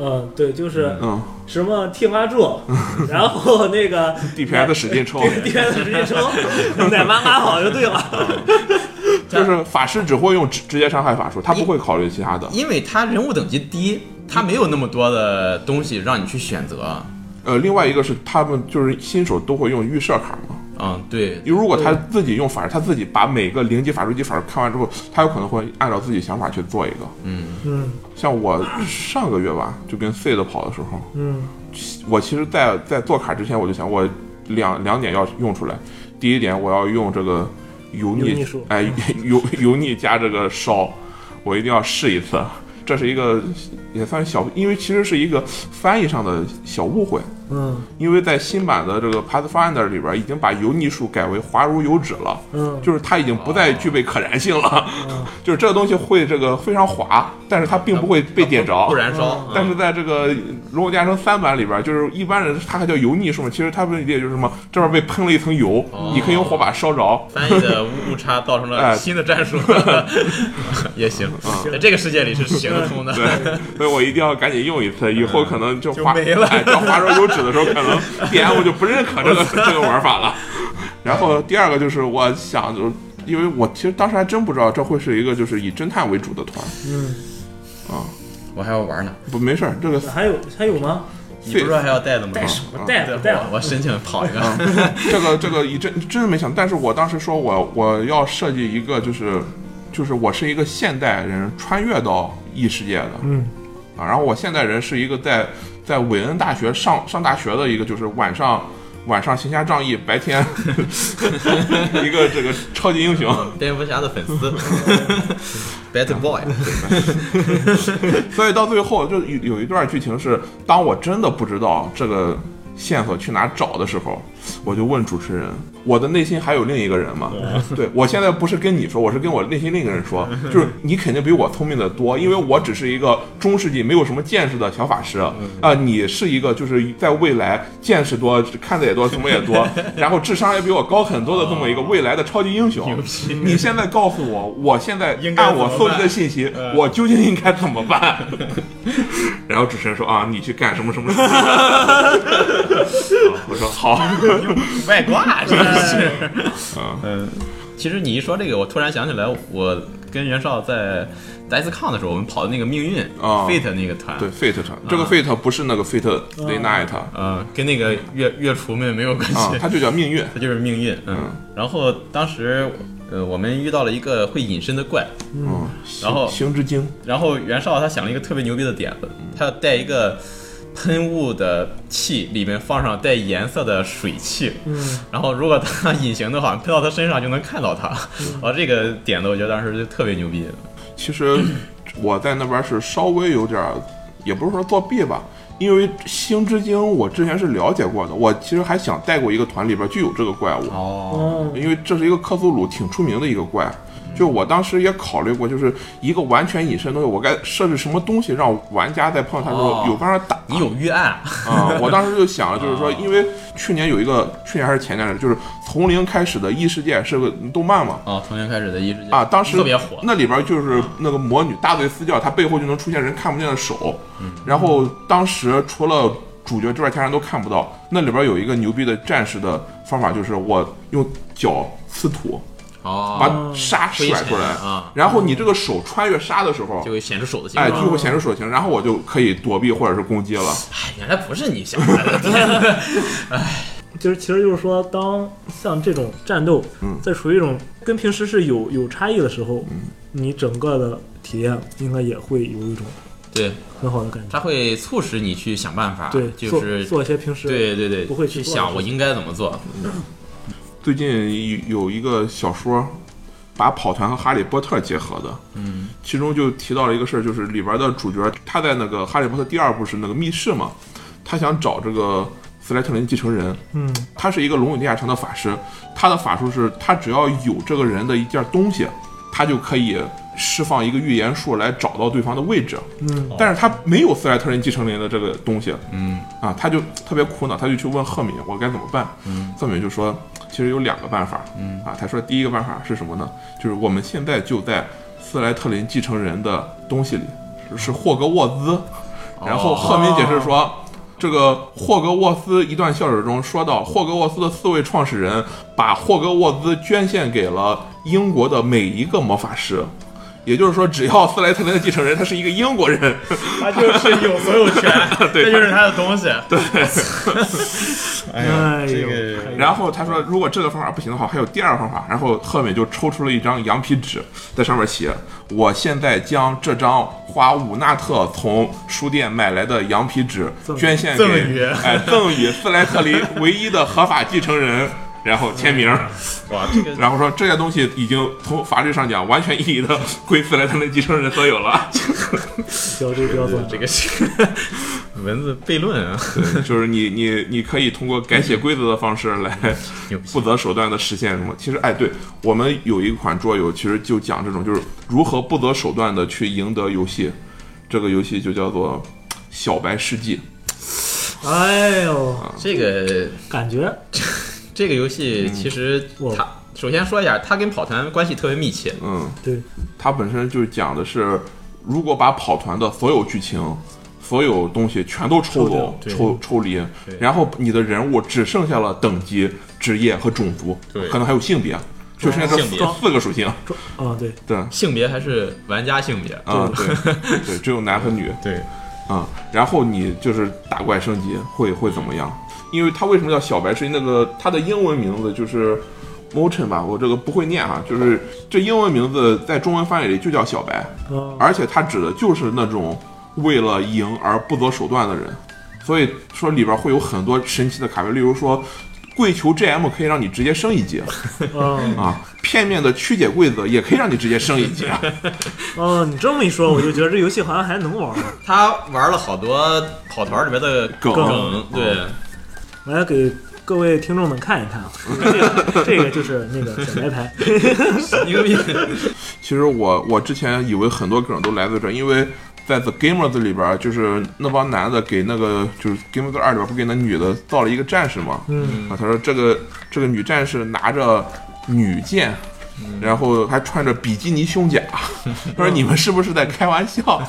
Speaker 3: 嗯，对，就是
Speaker 2: 嗯
Speaker 3: 什么剃 发柱，然后那个
Speaker 2: ，DPS 使劲抽，
Speaker 3: 地面直接抽，奶妈妈好就对了。
Speaker 2: 就是法师只会用直直接伤害法术，他不会考虑其他的。
Speaker 4: 因为他人物等级低，他没有那么多的东西让你去选择。
Speaker 2: 呃，另外一个是他们就是新手都会用预设卡嘛，
Speaker 4: 嗯，对，
Speaker 2: 如果他自己用法师，他自己把每个零级法术级法术看完之后，他有可能会按照自己想法去做一个。
Speaker 3: 嗯
Speaker 2: 像我上个月吧，就跟 C 的跑的时候，
Speaker 3: 嗯
Speaker 2: 我其实在，在做卡之前，我就想，我两两点要用出来。第一点，我要用这个油
Speaker 3: 油
Speaker 2: 腻
Speaker 3: 腻术，
Speaker 2: 哎， 油油腻加这个烧，我一定要试一次。这是一个也算是小，因为其实是一个翻译上的小误会，
Speaker 3: 嗯
Speaker 2: 因为在新版的这个 Pathfinder 里边，已经把油腻术改为滑如油脂了。
Speaker 3: 嗯，
Speaker 2: 就是它已经不再具备可燃性了， 就是这个东西会这个非常滑，但是它并不会被点着，
Speaker 4: 不燃烧。嗯
Speaker 2: 但是在这个《如果加成三版》里边，就是一般人它还叫油腻术嘛，其实它们也就是什么这边被喷了一层油，
Speaker 4: 哦
Speaker 2: 你可以用火把烧着。
Speaker 4: 翻译的误误差造成了
Speaker 2: 哎
Speaker 4: 新的 战术，也行，啊在这个世界里是行得通的。
Speaker 2: 对，所以我一定要赶紧用一次，以后可能就
Speaker 4: 嗯就
Speaker 2: 划
Speaker 4: 没了
Speaker 2: 哎，叫划着油脂的时候，可 能 DM 就不认可这个这个玩法了。然后第二个就是我想，就是因为我其实当时还真不知道这会是一个就是以侦探为主的团
Speaker 3: 嗯，
Speaker 2: 啊，
Speaker 4: 我还要玩呢，
Speaker 2: 不没事儿，这个
Speaker 3: 还有还有吗？
Speaker 4: 你不是说还要带的吗？
Speaker 3: 带什么
Speaker 2: 啊
Speaker 3: 带
Speaker 4: 对
Speaker 3: 不带
Speaker 4: 我我申请跑一个。
Speaker 2: 这个这个一真真的没想，但是我当时说我我要设计一个就是就是我是一个现代人穿越到异世界的，
Speaker 3: 嗯
Speaker 2: 啊，然后我现代人是一个在在韦恩大学上上大学的一个就是晚上晚上行侠仗义，白天 一个这个超级英雄，
Speaker 4: 嗯蝙蝠侠的 粉丝，Bad Boy，
Speaker 2: 所以到最后就有有一段剧情是，当我真的不知道这个线索去哪找的时候，我就问主持人，我的内心还有另一个人吗？对我现在不是跟你说，我是跟我内心另一个人 说，就是你肯定比我聪明的多，因为我只是一个中世纪没有什么见识的小法师啊、
Speaker 1: 嗯
Speaker 2: 你是一个就是在未来见识多、看的也多、什么也 多，然后智商也比我高很多的这么一个未来的超级英雄。你现在告诉我，我现在
Speaker 1: 应该
Speaker 2: 按我
Speaker 1: 怎么
Speaker 2: 搜集的
Speaker 1: 办嗯
Speaker 2: 信息，我究竟应该怎么办？ 然后主持人说啊，你去干什么什么什么。我说好，
Speaker 1: 外挂真是。
Speaker 4: 嗯其实你一说这个，我突然想起来，我跟袁绍在 DiceCon 的时候，我们跑的那个命运
Speaker 2: 啊
Speaker 4: Fate 那个 团，
Speaker 2: 对 Fate 团，这个 Fate 不是那个 Fate Day Night 啊，
Speaker 4: 呃，跟那个月月厨们没有关系，
Speaker 2: 它就叫命运。
Speaker 4: 它就是命运。哦嗯，然后当时呃，我们遇到了一个会隐身的怪，
Speaker 2: 嗯，
Speaker 4: 然后
Speaker 2: 行之经
Speaker 4: 然后袁绍他想了一个特别牛逼的点子，他要带一个喷雾的器，里面放上带颜色的水汽，
Speaker 3: 嗯，
Speaker 4: 然后如果他隐形的话，喷到他身上就能看到他。啊，这个点子我觉得当时就特别牛逼。
Speaker 2: 其实我在那边是稍微有点儿，也不是说作弊吧，因为星之经我之前是了解过的，我其实还想带过一个团里边就有这个怪物，
Speaker 4: 哦，
Speaker 3: 哦，
Speaker 2: 因为这是一个克苏鲁挺出名的一个怪。就我当时也考虑过，就是一个完全隐身的东西，我该设置什么东西让玩家在碰到它的时
Speaker 4: 哦
Speaker 2: 候有办法打？
Speaker 4: 你有预案，
Speaker 2: 啊、我当时就想了，就是
Speaker 4: 啊
Speaker 2: 说，因为去年有一个，去年还是前年的，就是从零开始的异世界是个动漫嘛，
Speaker 4: 哦，从零开始的异世界
Speaker 2: 啊，当时
Speaker 4: 特别火。
Speaker 2: 那里边就是那个魔女大嘴私教，她背后就能出现人看不见的手，
Speaker 4: 嗯
Speaker 2: 然后当时除了主角之外，其他人都看不到。那里边有一个牛逼的战士的方法，就是我用脚刺土，把
Speaker 4: 哦，
Speaker 2: 沙
Speaker 4: 推
Speaker 2: 甩出
Speaker 4: 前
Speaker 2: 来，
Speaker 4: 啊
Speaker 2: 然后你这个手穿越沙的时候
Speaker 4: 就。会显示手的形
Speaker 2: 哎，
Speaker 4: 状。
Speaker 2: 就会显示手型，然后我就可以躲避或者是攻击了。
Speaker 4: 哎原来不是你想出来的。天哪
Speaker 3: 就是其实就是说，当像这种战斗，
Speaker 2: 嗯
Speaker 3: 在处于一种跟平时是有有差异的时候，你整个的体验应该也会有一种
Speaker 4: 对，
Speaker 3: 很好的感觉。
Speaker 4: 它会促使你去想办法，
Speaker 3: 对，
Speaker 4: 啊就
Speaker 3: 做
Speaker 4: 是
Speaker 3: 做一些平时
Speaker 4: 对对对，
Speaker 3: 不会
Speaker 4: 去
Speaker 3: 去做
Speaker 4: 想
Speaker 3: 的
Speaker 4: 我应该怎么做。
Speaker 2: 最近有有一个小说，把跑团和哈利波特结合的，嗯，其中就提到了一个事儿，就是里边的主角他在那个哈利波特第二部是那个密室嘛，他想找这个斯莱特林继承人，
Speaker 3: 嗯，
Speaker 2: 他是一个龙与地下城的法师，他的法术是他只要有这个人的一件东西，他就可以释放一个预言术来找到对方的位置，
Speaker 3: 嗯，
Speaker 2: 但是他没有斯莱特林继承人的这个东西，
Speaker 4: 嗯，
Speaker 2: 啊，他就特别苦恼，他就去问赫敏，我该怎么办？嗯，赫敏就说，其实有两个办法，嗯，啊，他说第一个办法是什么呢？就是我们现在就在斯莱特林继承人的东西里，是霍格沃兹。然后赫敏解释说，这个霍格沃兹一段校史中说到，霍格沃兹的四位创始人把霍格沃兹捐献给了英国的每一个魔法师。也就是说，只要斯莱特林的继承人他是一个英国人，
Speaker 1: 他就是有所 有权，
Speaker 2: 对
Speaker 1: 这就是他的东西。对，哎呀，
Speaker 3: 哎
Speaker 1: 这
Speaker 3: 呦
Speaker 1: 个
Speaker 2: 然后他说，如果这个方法不行的话，还有第二个方法。然后赫敏就抽出了一张羊皮纸，在上面写：“我现在将这张花五纳特从书店买来的羊皮纸
Speaker 3: 赠
Speaker 2: 捐献
Speaker 1: 赠予
Speaker 2: 给哎 赠予斯莱特林唯一的合法继承人。”然后签名，
Speaker 4: 哇，这个
Speaker 2: 然后说这些东西已经从法律上讲完全意义的 归斯莱特林继承人所有了。
Speaker 3: 标志标准，
Speaker 4: 这个是 文字悖论啊，
Speaker 2: 就是你你你可以通过改写规则的方式来
Speaker 4: 嗯牛逼
Speaker 2: 不择手段的实现什么。其实，哎，对我们有一款桌游，其实就讲这种，就是如何不择手段的去赢得游戏。这个游戏就叫做《小白世纪》。
Speaker 3: 哎呦，
Speaker 4: 这个
Speaker 3: 感觉
Speaker 4: 这个游戏其实
Speaker 3: 哇
Speaker 4: 它、首先说一下，它跟跑团关系特别密切。
Speaker 2: 嗯，
Speaker 3: 对，
Speaker 2: 它本身就讲的是，如果把跑团的所有剧情、所有东西全都抽走、
Speaker 4: 抽掉对
Speaker 2: 抽抽离，然后你的人物只剩下了等级、职业和种族
Speaker 4: 对，
Speaker 2: 可能还有性别，就剩下这四
Speaker 4: 性别
Speaker 2: 这四个属性。
Speaker 3: 啊，对，
Speaker 2: 对，
Speaker 4: 性别还是玩家性别，
Speaker 2: 啊，对， 对，只有男和女。
Speaker 4: 对，
Speaker 2: 啊、然后你就是打怪升级会会怎么样？因为它为什么叫小白是那个它的英文名字就是 Motion 吧，我这个不会念啊，就是这英文名字在中文翻译里就叫小白，
Speaker 3: 啊，
Speaker 2: 而且它指的就是那种为了赢而不择手段的人，所以说里边会有很多神奇的卡牌，例如说跪求 GM 可以让你直接升一级
Speaker 3: 啊，
Speaker 2: 啊，片面的曲解规则也可以让你直接升一级。啊
Speaker 3: 哦，你这么一说，我就觉得这游戏好像还能玩儿。
Speaker 4: 他玩了好多跑团里边的
Speaker 2: 梗
Speaker 4: 对，
Speaker 3: 我来给各位听众们看一看啊，这个这个就是那个小白牌，
Speaker 4: 牛逼！
Speaker 2: 其实我我之前以为很多梗都来自这儿，因为在《The Gamers》里边儿，就是那帮男的给那个就是《Gamers 二》里边儿不给那女的造了一个战士嘛，
Speaker 3: 嗯，
Speaker 2: 啊，他说这个这个女战士拿着女剑。然后还穿着比基尼胸甲，他说你们是不是在开玩笑？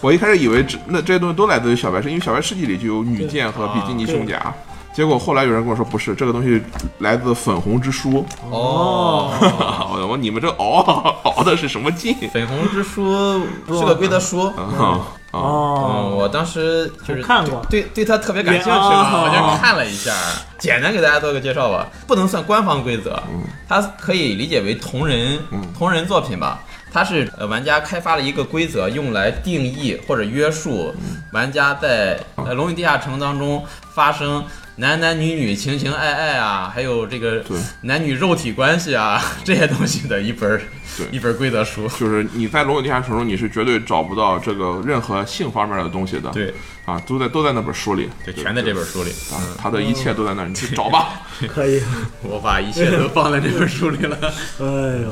Speaker 2: 我一开始以为这那这些东西都来自于小白是因为小白世界里就有女剑和比基尼胸甲。结果后来有人跟我说不是，这个东西来自粉红之书。
Speaker 4: 哦，
Speaker 2: 我我你们这熬熬的是什么劲
Speaker 4: 粉红之书是个规则书，
Speaker 2: 啊啊？
Speaker 4: 嗯，
Speaker 3: 哦，
Speaker 4: 我当时就是
Speaker 3: 我看过
Speaker 4: 对对他特别感兴趣
Speaker 3: 哦
Speaker 4: 嘛，我就看了一下，简单给大家做个介绍吧。不能算官方规则，它可以理解为同人同人作品吧。它是呃玩家开发了一个规则，用来定义或者约束玩家在呃《龙与地下城》当中发生男男女女、情情爱爱啊，还有这个
Speaker 2: 对
Speaker 4: 男女肉体关系啊这些东西的一本儿
Speaker 2: 对
Speaker 4: 一本规则书。
Speaker 2: 就是你在《龙与地下城》中，你是绝对找不到这个任何性方面的东西的。
Speaker 4: 对
Speaker 2: 啊，都在都在那本书里，
Speaker 4: 对，全在这本书里。
Speaker 2: 啊，他的一切都在那儿，你去找吧。
Speaker 3: 可以，
Speaker 4: 我把一切都放在这本书里了。
Speaker 3: 哎呦，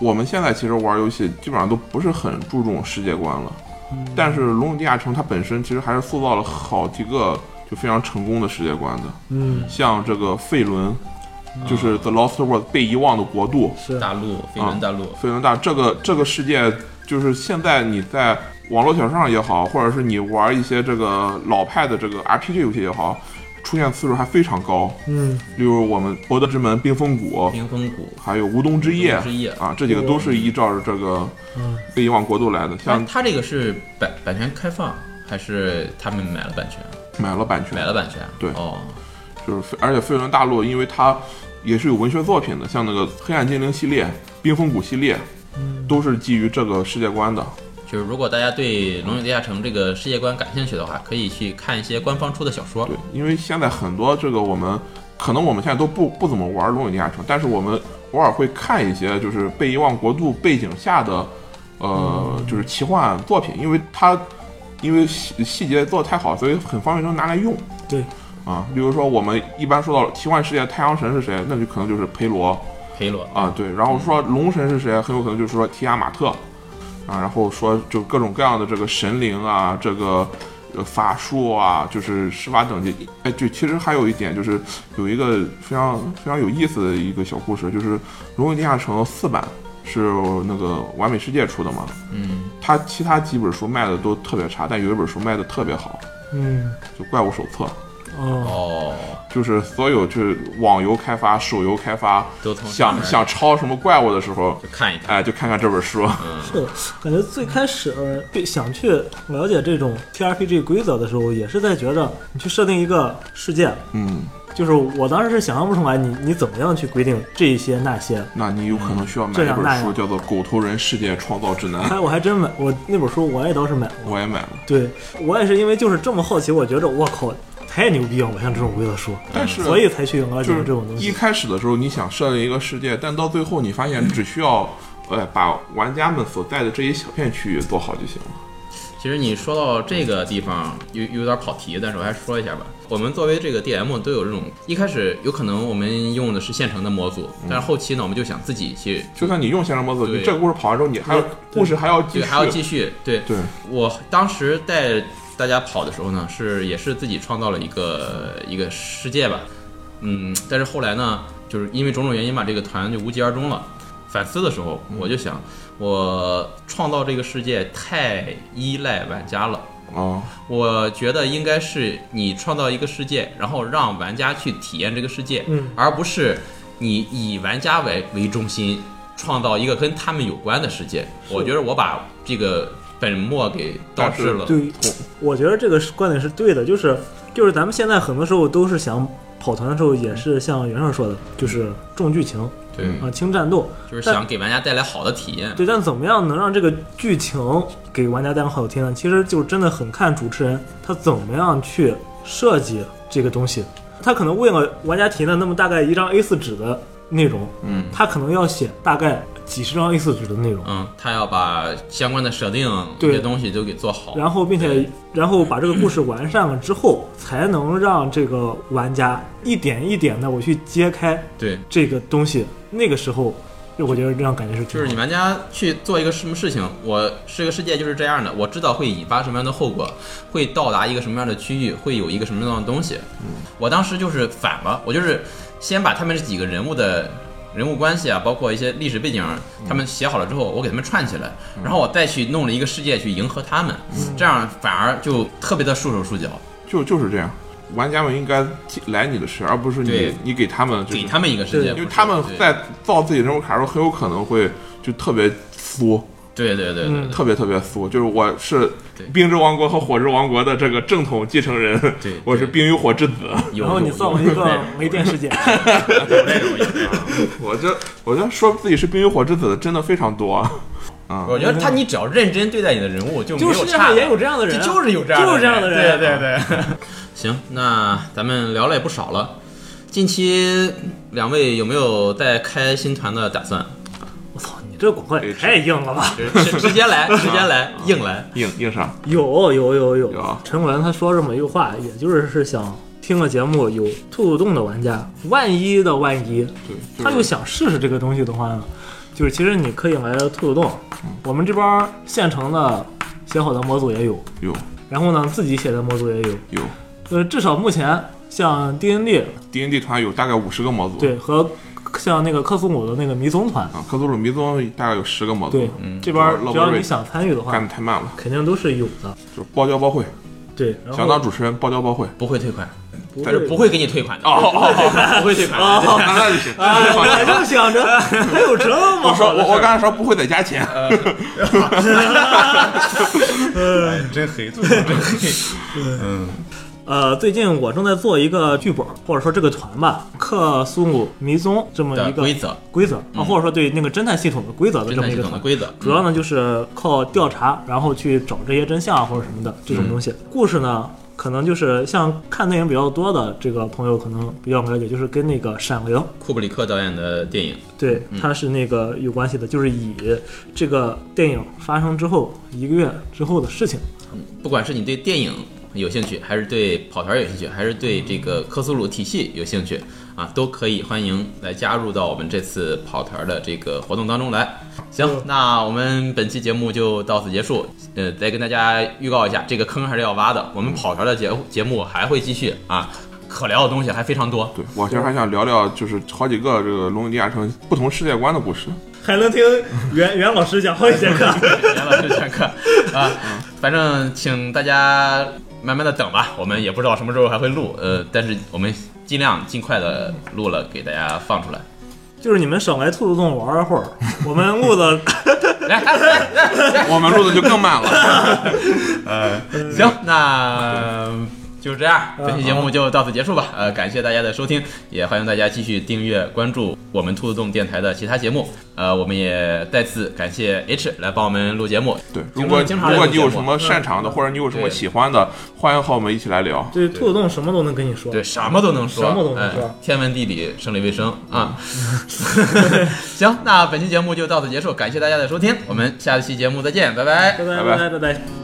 Speaker 2: 我们现在其实玩游戏基本上都不是很注重世界观了，
Speaker 4: 嗯
Speaker 2: 但是《龙与地下城》它本身其实还是塑造了好几个就非常成功的世界观的，
Speaker 3: 嗯，
Speaker 2: 像这个费伦，
Speaker 4: 嗯
Speaker 2: 就是《The Lost World》被遗忘的国度，
Speaker 3: 是
Speaker 4: 大陆，飞轮大陆，
Speaker 2: 非常大。这个这个世界，就是现在你在网络小说上也好，或者是你玩一些这个老派的这个 RPG 游戏也好，出现次数还非常高。
Speaker 3: 嗯，
Speaker 2: 例如我们《博德之门》《冰封谷》，
Speaker 4: 冰封谷，
Speaker 2: 还有《无冬之夜
Speaker 4: 嗯无冬之夜》
Speaker 2: 啊，这几个都是依照这个
Speaker 3: 嗯
Speaker 2: 被遗忘国度来的。
Speaker 4: 它
Speaker 2: 像
Speaker 4: 它这个是版版权开放，还是他们买了版权？
Speaker 2: 买了版权，
Speaker 4: 买了版权，
Speaker 2: 对
Speaker 4: 哦，
Speaker 2: 就是而且飞轮大陆，因为它也是有文学作品的，像那个《黑暗精灵》系列、《冰封谷》系列，都是基于这个世界观的。
Speaker 4: 就是如果大家对《龙与地下城》这个世界观感兴趣的话，可以去看一些官方出的小说
Speaker 2: 对。，因为现在很多这个我们可能我们现在都不不怎么玩《龙与地下城》，但是我们偶尔会看一些就是被遗忘国度背景下的呃、就是奇幻作品，因为它因为细细节做的太好，所以很方便能拿来用
Speaker 3: 对，
Speaker 2: 啊。例如说我们一般说到奇幻世界太阳神是谁，那就可能就是裴罗
Speaker 4: 裴罗，
Speaker 2: 啊，对。然后说龙神是谁，很有可能就是说提亚马特啊，然后说就各种各样的这个神灵啊，这个。呃法术啊，就是施法等级。哎，对，其实还有一点就是有一个非常非常有意思的一个小故事，就是《龙与地下城》四版是那个完美世界出的嘛，
Speaker 4: 嗯，
Speaker 2: 它其他几本书卖的都特别差，但有一本书卖的特别好，
Speaker 3: 嗯，
Speaker 2: 就《怪物手册》。
Speaker 3: 哦，
Speaker 4: 哦，
Speaker 2: 就是所有就是网游开发、手游开发，
Speaker 4: 都从上
Speaker 2: 想
Speaker 4: 面
Speaker 2: 想抄什么怪物的时候，
Speaker 4: 就看一看，
Speaker 2: 哎，就看看这本书。
Speaker 3: 是，感觉最开始呃对想去了解这种 TRPG 规则的时候，也是在觉着你去设定一个世界，
Speaker 2: 嗯，
Speaker 3: 就是我当时是想象不出来你你怎么样去规定这些那些。
Speaker 2: 那你有可能需要买
Speaker 3: 这
Speaker 2: 一
Speaker 3: 样那
Speaker 2: 本
Speaker 3: 样
Speaker 2: 书，叫做《狗头人世界创造指南》
Speaker 3: 哎，，我还真买，我那本书我也倒是买过。
Speaker 2: 我也买了。
Speaker 3: 对我也是因为就是这么好奇，我觉着我靠太牛逼了，我像这种规则书，
Speaker 2: 但是
Speaker 3: 所以才去了解
Speaker 2: 就是
Speaker 3: 这种东
Speaker 2: 一
Speaker 3: 西。
Speaker 2: 开始的时候，你想设定一个世界，但到最后你发现只需要，呃，把玩家们所在的这一小片区域做好就行了。
Speaker 4: 其实你说到这个地方有有点跑题，但是我还是说一下吧。我们作为这个 DM 都有这种，一开始有可能我们用的是现成的模组，
Speaker 2: 嗯
Speaker 4: 但是后期呢，我们就想自己去，
Speaker 2: 就算你用线上模组，
Speaker 4: 对
Speaker 2: 你这个故事跑完之后，你还要故事还要继
Speaker 4: 对，
Speaker 2: 续，
Speaker 4: 还要继续，对，
Speaker 2: 对，
Speaker 4: 我当时带大家跑的时候呢，是也是自己创造了一个一个世界吧，嗯，但是后来呢，就是因为种种原因吧，这个团就无疾而终了。反思的时候，
Speaker 2: 嗯
Speaker 4: 我就想，我创造这个世界太依赖玩家了。
Speaker 2: 啊，
Speaker 4: 我觉得应该是你创造一个世界，然后让玩家去体验这个世界，
Speaker 3: 嗯
Speaker 4: 而不是你以玩家为为中心创造一个跟他们有关的世界。我觉得我把这个本末给倒置了。
Speaker 3: 对，我觉得这个是观点是对的，就是就是咱们现在很多时候都是想跑团的时候，也是像袁绍说的，就是重剧情
Speaker 4: 对
Speaker 2: 嗯
Speaker 3: 啊，轻战斗。
Speaker 4: 就是想给玩家带来好的体验。
Speaker 3: 对，但怎么样能让这个剧情给玩家带来好的体验呢？其实就真的很看主持人他怎么样去设计这个东西。他可能为了玩家体验的那么大概一张 A4 纸的内容，
Speaker 4: 嗯，
Speaker 3: 他可能要写大概几十张 A 4纸的内容，
Speaker 4: 嗯，他要把相关的设定这
Speaker 3: 对
Speaker 4: 些东西都给做好。
Speaker 3: 然后并且然后把这个故事完善了之后，才能让这个玩家一点一点的我去揭开
Speaker 4: 对，
Speaker 3: 这个东西。那个时候，我觉得这样感觉是
Speaker 4: 就
Speaker 3: 挺
Speaker 4: 是
Speaker 3: 好
Speaker 4: 你
Speaker 3: 的。
Speaker 4: 玩家去做一个什么事情，我这个世界就是这样的，我知道会引发什么样的后果，会到达一个什么样的区域，会有一个什么样的东西。我当时就是反了，我就是先把他们这几个人物的人物关系啊，包括一些历史背景，他们写好了之后，我给他们串起来，然后我再去弄了一个世界去迎合他们，这样反而就特别的束手束脚，
Speaker 2: 就就是这样。玩家们应该来你的事，而不是你
Speaker 4: 对
Speaker 2: 你给他们、就是、
Speaker 4: 给他们一个世
Speaker 3: 对
Speaker 4: 界，
Speaker 2: 因为
Speaker 4: 不是
Speaker 2: 他们
Speaker 4: 对
Speaker 2: 在造自己人物卡的时候，很有可能会就特别缩，
Speaker 4: 对对对对对
Speaker 2: 特别特别缩。就是我是
Speaker 4: 对
Speaker 2: 冰之王国和火之王国的这个正统继承人，
Speaker 4: 对对
Speaker 2: 我是冰与火之子。
Speaker 4: 有
Speaker 3: 然后你
Speaker 4: 有
Speaker 3: 造了一
Speaker 4: 有
Speaker 3: 个没电事件，
Speaker 4: 有这种有这种。
Speaker 2: 我这我这说自己是冰与火之子的真的非常多啊。
Speaker 4: 我觉得他，你只要认真对待你的人物，就没
Speaker 3: 就
Speaker 4: 有
Speaker 3: 是世界
Speaker 4: 差
Speaker 3: 上
Speaker 4: 的
Speaker 3: 也有这样的人啊，
Speaker 4: 就是有这样
Speaker 3: 就是这样的人啊，
Speaker 4: 对对对。行，那咱们聊了也不少了，近期两位有没有再开新团的打算？
Speaker 3: 我操，你这广告也太硬了吧！
Speaker 4: 就是直直接来，直接来，
Speaker 3: 啊
Speaker 4: 硬来。
Speaker 2: 硬硬上，
Speaker 3: 有有有有
Speaker 2: 有
Speaker 3: 陈文他说这么一句话，也就是是想听个节目有兔兔洞的玩家，万一的万一，
Speaker 2: 对，
Speaker 3: 他就是想试试这个东西的话呢，就是其实你可以来兔兔洞，我们这边现成的写好的模组也有，
Speaker 2: 有
Speaker 3: 然后呢自己写的模组也有，
Speaker 2: 有
Speaker 3: 呃，至少目前像 D N D
Speaker 2: D N D 团有大概五十个模组，
Speaker 3: 对和像那个克苏鲁的那个迷踪团，
Speaker 2: 啊，科佐鲁迷踪大概有十个模组
Speaker 3: 对，，这边
Speaker 2: 嗯老
Speaker 3: 只要
Speaker 2: 老
Speaker 3: 你
Speaker 2: 瑞
Speaker 3: 想参与的
Speaker 2: 干
Speaker 3: 话，
Speaker 2: 的太慢了，
Speaker 3: 肯定都是有的。
Speaker 2: 就是包教包会，
Speaker 3: 对，然
Speaker 2: 想
Speaker 3: 后
Speaker 2: 当主持人包教包会。
Speaker 4: 不会退款，
Speaker 3: 不
Speaker 2: 但是
Speaker 3: 会
Speaker 4: 不 会给你退款
Speaker 3: 哦
Speaker 4: 的，不会退款的。
Speaker 2: 那那就行，那就
Speaker 3: 哎，
Speaker 2: 好
Speaker 3: 我就想着还有这么
Speaker 2: 我说
Speaker 3: 好的
Speaker 2: 我
Speaker 3: 事儿
Speaker 2: 我刚才说不会再加钱，
Speaker 1: 哎真黑，真黑，嗯，
Speaker 3: 呃，最近我正在做一个剧本，或者说这个团吧，克苏鲁迷踪这么
Speaker 4: 的
Speaker 3: 一个
Speaker 4: 规则，
Speaker 3: 规则，啊，或者说对那个侦探系统的规则的
Speaker 4: 嗯侦
Speaker 3: 这么
Speaker 4: 探
Speaker 3: 一
Speaker 4: 系
Speaker 3: 个
Speaker 4: 统的
Speaker 3: 团。
Speaker 4: 规则，
Speaker 3: 主要呢就是靠调查，然后去找这些真相啊或者什么的这种东西。
Speaker 4: 嗯
Speaker 3: 故事呢，可能就是像看电影比较多的这个朋友可能比较了解，就是跟那个《闪灵》
Speaker 4: 库布里克导演的电影，
Speaker 3: 对，它是那个有关系的，就是以这个电影发生之后一个月之后的事 情。
Speaker 4: 不管是你对电影有兴趣，还是对跑团有兴趣，还是对这个科苏鲁体系有兴趣啊，都可以欢迎来加入到我们这次跑团的这个活动当中来。行，那我们本期节目就到此结束。呃，再跟大家预告一下，这个坑还是要挖的，我们跑团的节节目还会继续啊，可聊的东西还非常多。
Speaker 2: 对我其实还想聊聊，就是好几个这个《龙与地下城》不同世界观的故事。
Speaker 3: 还能听袁袁老师讲好几节 课。
Speaker 4: 袁老师上课 啊，反正请大家慢慢的等吧，我们也不知道什么时候还会录，呃，但是我们尽量尽快的录了给大家放出来。
Speaker 3: 就是你们少来兔子洞玩一会儿，我们录 的
Speaker 4: 来来来来，
Speaker 2: 我们录的就更慢了。
Speaker 1: 呃，
Speaker 4: 行，那。就是这样，本期节目就到此结束吧。呃，感谢大家的收听，也欢迎大家继续订阅关注我们兔子洞电台的其他节目。呃，我们也再次感谢 H 来帮我们录节目。
Speaker 2: 对，
Speaker 4: 经
Speaker 2: 如果
Speaker 4: 经常
Speaker 2: 如果
Speaker 4: 来录
Speaker 2: 你有
Speaker 4: 节
Speaker 2: 什
Speaker 4: 目
Speaker 2: 么擅长的，或者你有什么
Speaker 4: 嗯对
Speaker 2: 喜欢的，欢迎和我们一起来聊。
Speaker 3: 对兔子洞什么都能跟你说。
Speaker 4: 对，什么都能说，
Speaker 3: 什么都能说
Speaker 4: 哎天文地理、生理卫生啊。 行，那本期节目就到此结束，感谢大家的收听，我们下期节目再见，拜拜
Speaker 3: 拜。拜
Speaker 2: 拜
Speaker 3: 拜拜拜。